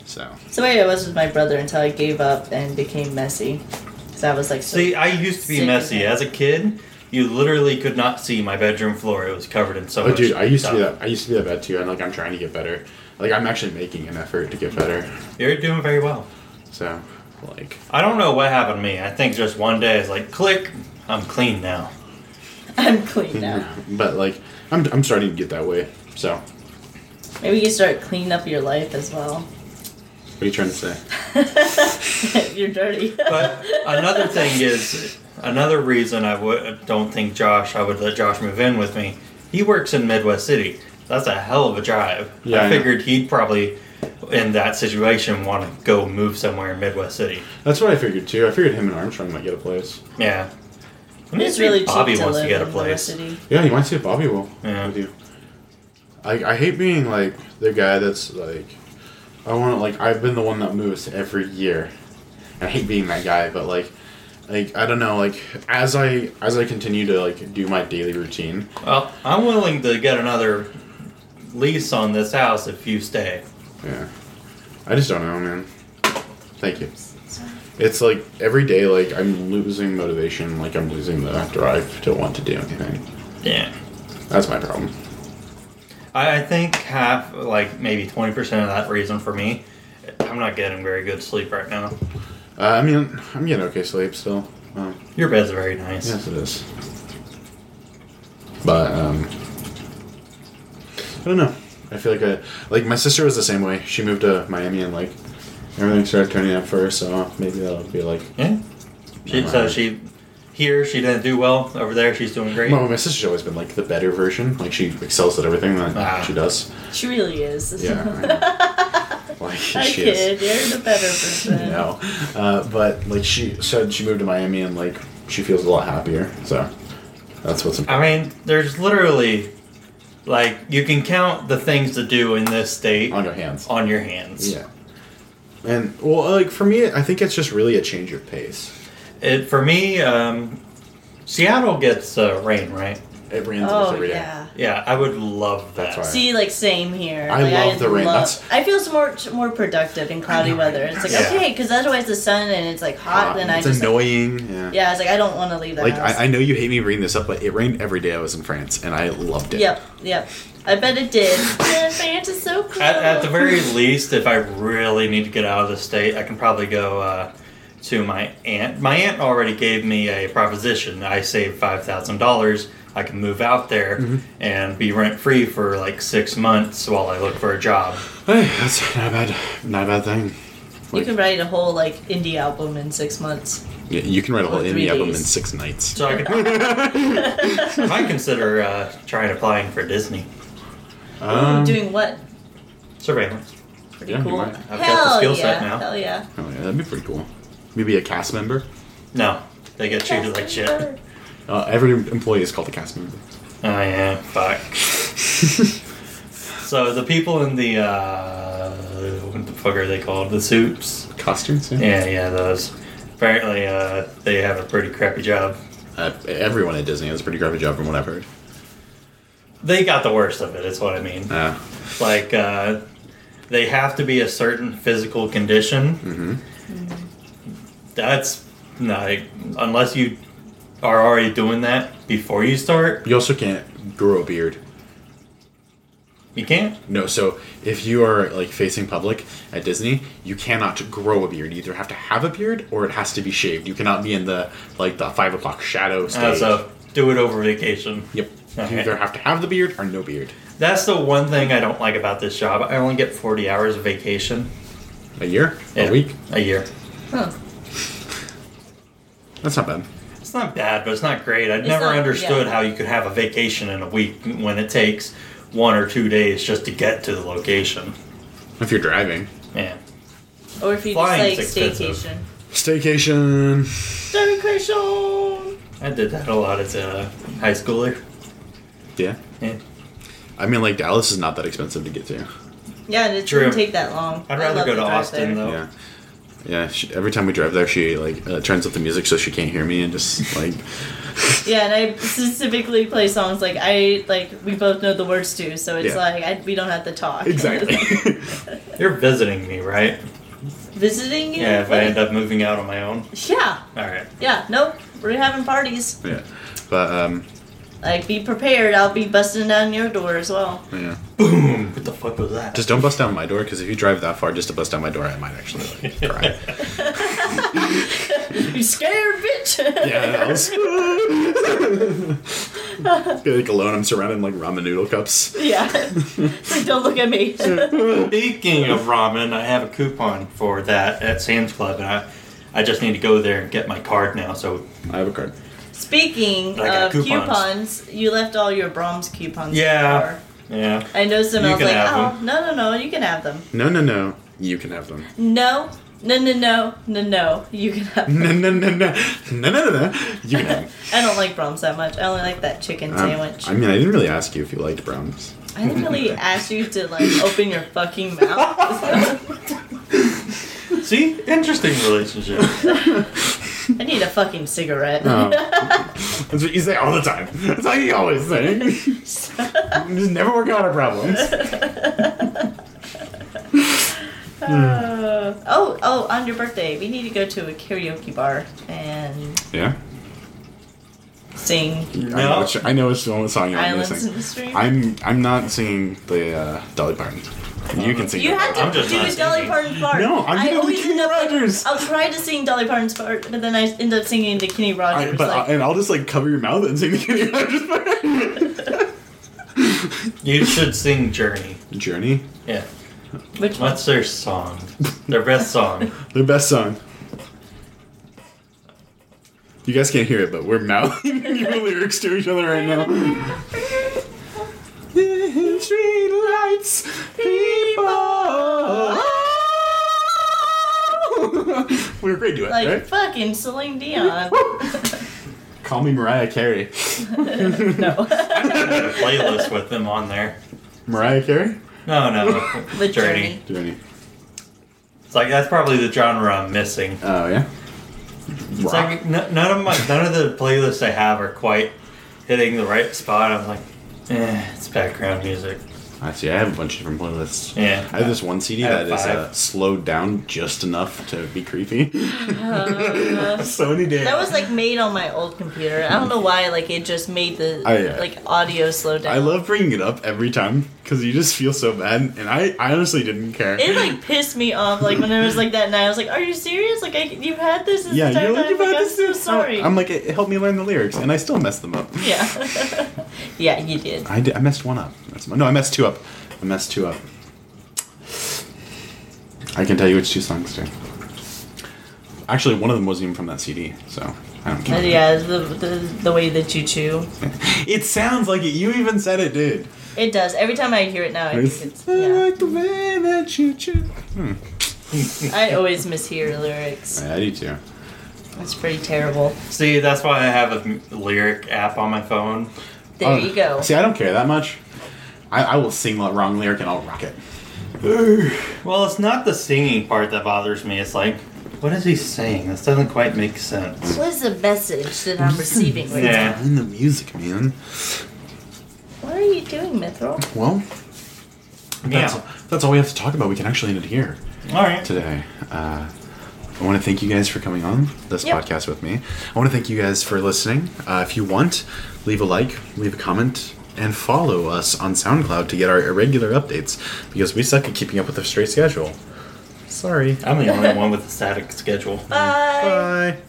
A: So
C: So wait, I was with my brother until I gave up and became messy. Because I was like, so,
B: See, I used to be
C: Sick of
B: messy
C: it.
B: as a kid. You literally could not see my bedroom floor; it was covered in so
A: Oh,
B: much.
A: dude, I used to be
B: stuff.
A: that. I used to be that bad too, and like I'm trying to get better. Like I'm actually making an effort to get better.
B: You're doing very well.
A: So, like,
B: I don't know what happened to me. I think just one day it's like click. I'm clean now.
C: I'm clean now.
A: but like I'm I'm starting to get that way. So, what
C: Maybe you start cleaning up your life as well.
A: are you trying to say?
C: You're dirty.
B: But another thing is, another reason I would don't think Josh. I would let Josh move in with me. He works in Midwest City. That's a hell of a drive.
A: Yeah, I
B: I
A: know.
B: figured he'd probably, in that situation, want to go move somewhere in Midwest City.
A: That's what I figured too. I figured him and Armstrong might get a place.
B: Yeah. I mean,
C: it's really cheap
B: Bobby
C: to
B: wants
C: live
B: to get a
C: in the
B: place.
C: city.
A: Yeah, you might see if Bobby will
B: Yeah.
A: with you. I I hate being like the guy that's like I want to like I've been the one that moves every year. I hate being that guy, but like like I don't know like as I as I continue to like do my daily routine.
B: Well, I'm willing to get another lease on this house if you stay.
A: Yeah, I just don't know, man. Thank you. It's like every day, like I'm losing motivation, like I'm losing the drive to want to do anything.
B: Yeah.
A: That's my problem.
B: I, I think half, like maybe 20% of that reason for me, I'm not getting very good sleep right now.
A: Uh, I mean, I'm getting okay sleep still. Um,
B: Your bed's very nice.
A: Yes, it is. But um, I don't know. I feel like I like my sister was the same way. She moved to Miami and like everything started turning up for her. So maybe that'll be like.
B: Yeah. She, so she, here she didn't do well. Over there she's doing great.
A: Well, my sister's always been like the better version. Like she excels at everything that
B: Ah.
A: she does.
C: She really is.
A: Yeah. I know. like
C: I
A: she is.
C: kid. You're the better person.
A: No, uh, but like she said, she moved to Miami and like she feels a lot happier. So that's what's important.
B: I mean, there's literally, like, you can count the things to do in this state
A: on your hands.
B: on your hands.
A: Yeah. And well, like for me, I think it's just really a change of pace.
B: It, for me, um, Seattle gets uh, rain, right?
A: It rains almost
C: Oh
A: every day.
C: yeah.
B: Yeah, I would love that.
A: That's right.
C: See, like same here.
A: I
C: Like,
A: love the rain. That's-
C: I feel so more more productive in cloudy weather. It's like
B: Yeah.
C: okay, because otherwise the sun and it's like hot, and I
A: Uh, it's
C: just
A: annoying. yeah.
C: yeah, it's like I don't want to leave the
A: Like
C: house.
A: I, I know you hate me bringing this up, but it rained every day I was in France, and I loved it.
C: Yep, yep. I bet it did. the Fanta so cool.
B: At, at the very least, if I really need to get out of the state, I can probably go uh, to my aunt. My aunt already gave me a proposition. I saved five thousand dollars. I can move out there
A: Mm-hmm.
B: and be rent free for like six months while I look for a job.
A: Hey, that's not a bad, not a bad thing.
C: you can write a whole like indie album in six months.
A: Yeah, you can write a whole
C: Or
A: indie
C: three
A: album in
C: days.
A: six nights.
B: So I could, I might consider uh, trying applying for Disney
A: Um,
C: Doing what?
B: surveillance.
C: Pretty
A: yeah, you
C: cool.
A: might.
B: I've got the
C: Hell
B: skill
C: yeah.
B: set now.
C: Hell yeah.
A: oh, yeah, that'd be pretty cool. Maybe a cast member.
B: No, they get treated like shit. Oh
A: Uh, every employee is called a cast member.
B: yeah, fuck. So the people in the uh, what the fuck are they called? The soups.
A: Costumes.
B: Yeah, yeah, those. Apparently, uh, they have a pretty crappy job.
A: Uh, everyone at Disney has a pretty garbage job, from what I've heard.
B: They got the worst of it. Is what I mean.
A: Uh,
B: Like, uh, they have to be a certain physical condition.
A: mm-hmm.
B: That's not unless you are already doing that before you start.
A: You also can't grow a beard.
B: You can't.
A: No, so if you are like facing public at Disney, you cannot grow a beard. You either have to have a beard or it has to be shaved. You cannot be in the like the five o'clock shadow stage.
B: Uh, so do it over vacation.
A: Yep. You
B: Okay.
A: either have to have the beard or no beard.
B: That's the one thing I don't like about this job. I only get forty hours of vacation
A: A year?
B: Yeah,
A: A week?
B: a year.
C: Huh.
A: That's not bad.
B: It's not bad, but it's not great. I
C: It's
B: never
C: not-
B: understood
C: yeah.
B: how you could have a vacation in a week when it takes one or two days just to get to the location.
A: If you're driving.
B: Yeah.
C: Or if you
B: Flying's
C: just like
B: expensive.
A: Staycation.
C: staycation. Staycation.
B: I did that a lot as a high schooler.
A: Yeah.
B: Yeah.
A: I mean like Dallas is not that expensive to get to.
C: Yeah, and it
B: True.
C: shouldn't take that long.
B: I'd
C: I
B: rather
C: love
B: go
C: the
B: to
C: drive
B: Austin,
C: there.
B: though.
A: Yeah. Yeah, she, every time we drive there, she like uh, turns up the music so she can't hear me and just like
C: Yeah, and I specifically play songs like I like we both know the words to, so it's
A: Yeah.
C: like I, we don't have to talk.
A: exactly.
B: You're visiting me, right?
C: Visiting you?
B: Yeah, if I
C: Like-
B: end up moving out on my own.
C: Yeah.
B: All right.
C: Yeah. Nope. We're having parties.
A: yeah, but um,
C: Like be prepared. I'll be busting down your door as well.
A: yeah.
B: Boom! What the fuck was that?
A: Just don't bust down my door, because if you drive that far just to bust down my door, I might actually like, cry.
C: you scared, bitch.
A: yeah, I was. Be like alone, I'm surrounded in like ramen noodle cups.
C: yeah. It's like don't look at me.
B: Speaking of ramen, I have a coupon for that at Sam's Club, and I, I just need to go there and get my card now. So
A: I have a card.
C: Speaking
B: I got
C: of
B: coupons.
C: coupons. you left all your Brahms coupons.
B: Yeah.
C: Before.
B: yeah,
C: I noticed them.
B: You
C: I was
B: can
C: like,
B: have
C: oh
B: them.
C: no no no, you can have them.
A: No, no, no. You can have them.
C: No no no no no no, you can have them.
A: No, no, no, no, no, no, no, no. You can have them.
C: I don't like Brahms that much. I only like that chicken
A: Um,
C: sandwich.
A: I mean, I didn't really ask you if you liked Browns.
C: I didn't really ask you to like open your fucking mouth.
B: see, interesting relationship.
C: I need a fucking cigarette.
A: Oh. That's what you say all the time. That's how you always say. just never work out our problems.
C: Uh, oh, oh, on your birthday, we need to go to a karaoke bar and
A: Yeah.
C: sing
A: I know
B: No.
A: which, I know which one song you want me to
C: Islands
A: sing.
C: in the Stream.
A: I'm I'm not singing the uh, Dolly Parton. You can sing.
C: you
A: the
C: had to
B: I'm just
C: do
B: not
C: a Dolly
B: singing.
C: Parton part.
A: No, I'm
C: I
A: doing the
C: always
A: Kenny
C: end up like-
A: Rogers.
C: I'll try to sing Dolly Parton's part, but then I end up singing the Kenny
A: Dolly Parton.
C: Rogers.
A: I, but
C: like,
A: I- and I'll just like cover your mouth and sing the Kenny Rogers part.
B: You should sing Journey.
A: Journey,
B: Yeah.
C: which one?
B: What's their song? Their best song.
A: their best song. You guys can't hear it, but we're mouthing your lyrics to each other right now. Street lights, people. we were great doing it,
C: Like
A: right?
C: fucking Celine Dion.
A: Call me Mariah Carey.
C: no,
B: I have a playlist with them on there.
A: Mariah Carey?
B: No, no.
C: with Journey.
A: Journey.
B: It's like that's probably the genre I'm missing.
A: Oh yeah.
B: It's like n- none of my none of the playlists I have are quite hitting the right spot. I'm like, eh, it's background music.
A: I see. I have a bunch of different playlists.
B: Yeah.
A: I have this one CD
B: I
A: that
B: have
A: is uh,
B: five.
A: slowed down just enough to be creepy.
C: Uh,
A: Sony did.
C: that was like made on my old computer. I don't know why. Like it just made the
A: Oh, yeah.
C: like audio slow down.
A: I love bringing it up every time because you just feel so bad, and I, I honestly didn't care.
C: It like pissed me off. Like when it was like that night, I was like, "Are you serious? Like I, you've had this this
A: yeah,
C: entire
A: you're like
C: time?
A: about
C: Like, I'm
A: this.
C: so sorry."
A: I'm like, it it helped me learn the lyrics, and I still mess them up.
C: yeah, yeah, you did.
A: I, did, I messed one up. That's my, no, I messed two up. I messed two up. I can tell you which two songs too. Actually, one of them wasn't even from that CD, so I don't
C: Uh,
A: care.
C: yeah, the, the the way that you chew,
A: It sounds like it. You even said it, dude.
C: it does. Every time I hear it now, I think it's
A: I
C: yeah.
A: like the way that you chew. Hmm.
C: I always mishear lyrics.
A: Yeah, I do too.
C: It's pretty terrible.
B: See, that's why I have a m- lyric app on my phone.
C: There
A: Oh,
C: you go.
A: See, I don't care that much. I, I will sing the wrong lyric and I'll rock it.
B: Well, it's not the singing part that bothers me. It's like, what is he saying? This doesn't quite make sense.
C: What is the message that I'm receiving right
B: Yeah.
A: In the music, man.
C: now? What are you doing, Mithril?
A: Well, that's,
B: Yeah.
A: that's all we have to talk about. We can actually end it here.
B: All right.
A: today. Uh, I want to thank you guys for coming on this
C: Yep.
A: podcast with me. I want to thank you guys for listening. Uh, if you want, leave a like, leave a comment, and follow us on SoundCloud to get our irregular updates because we suck at keeping up with a straight schedule. Sorry.
B: I'm the only one with a static schedule.
C: Bye.
A: Bye.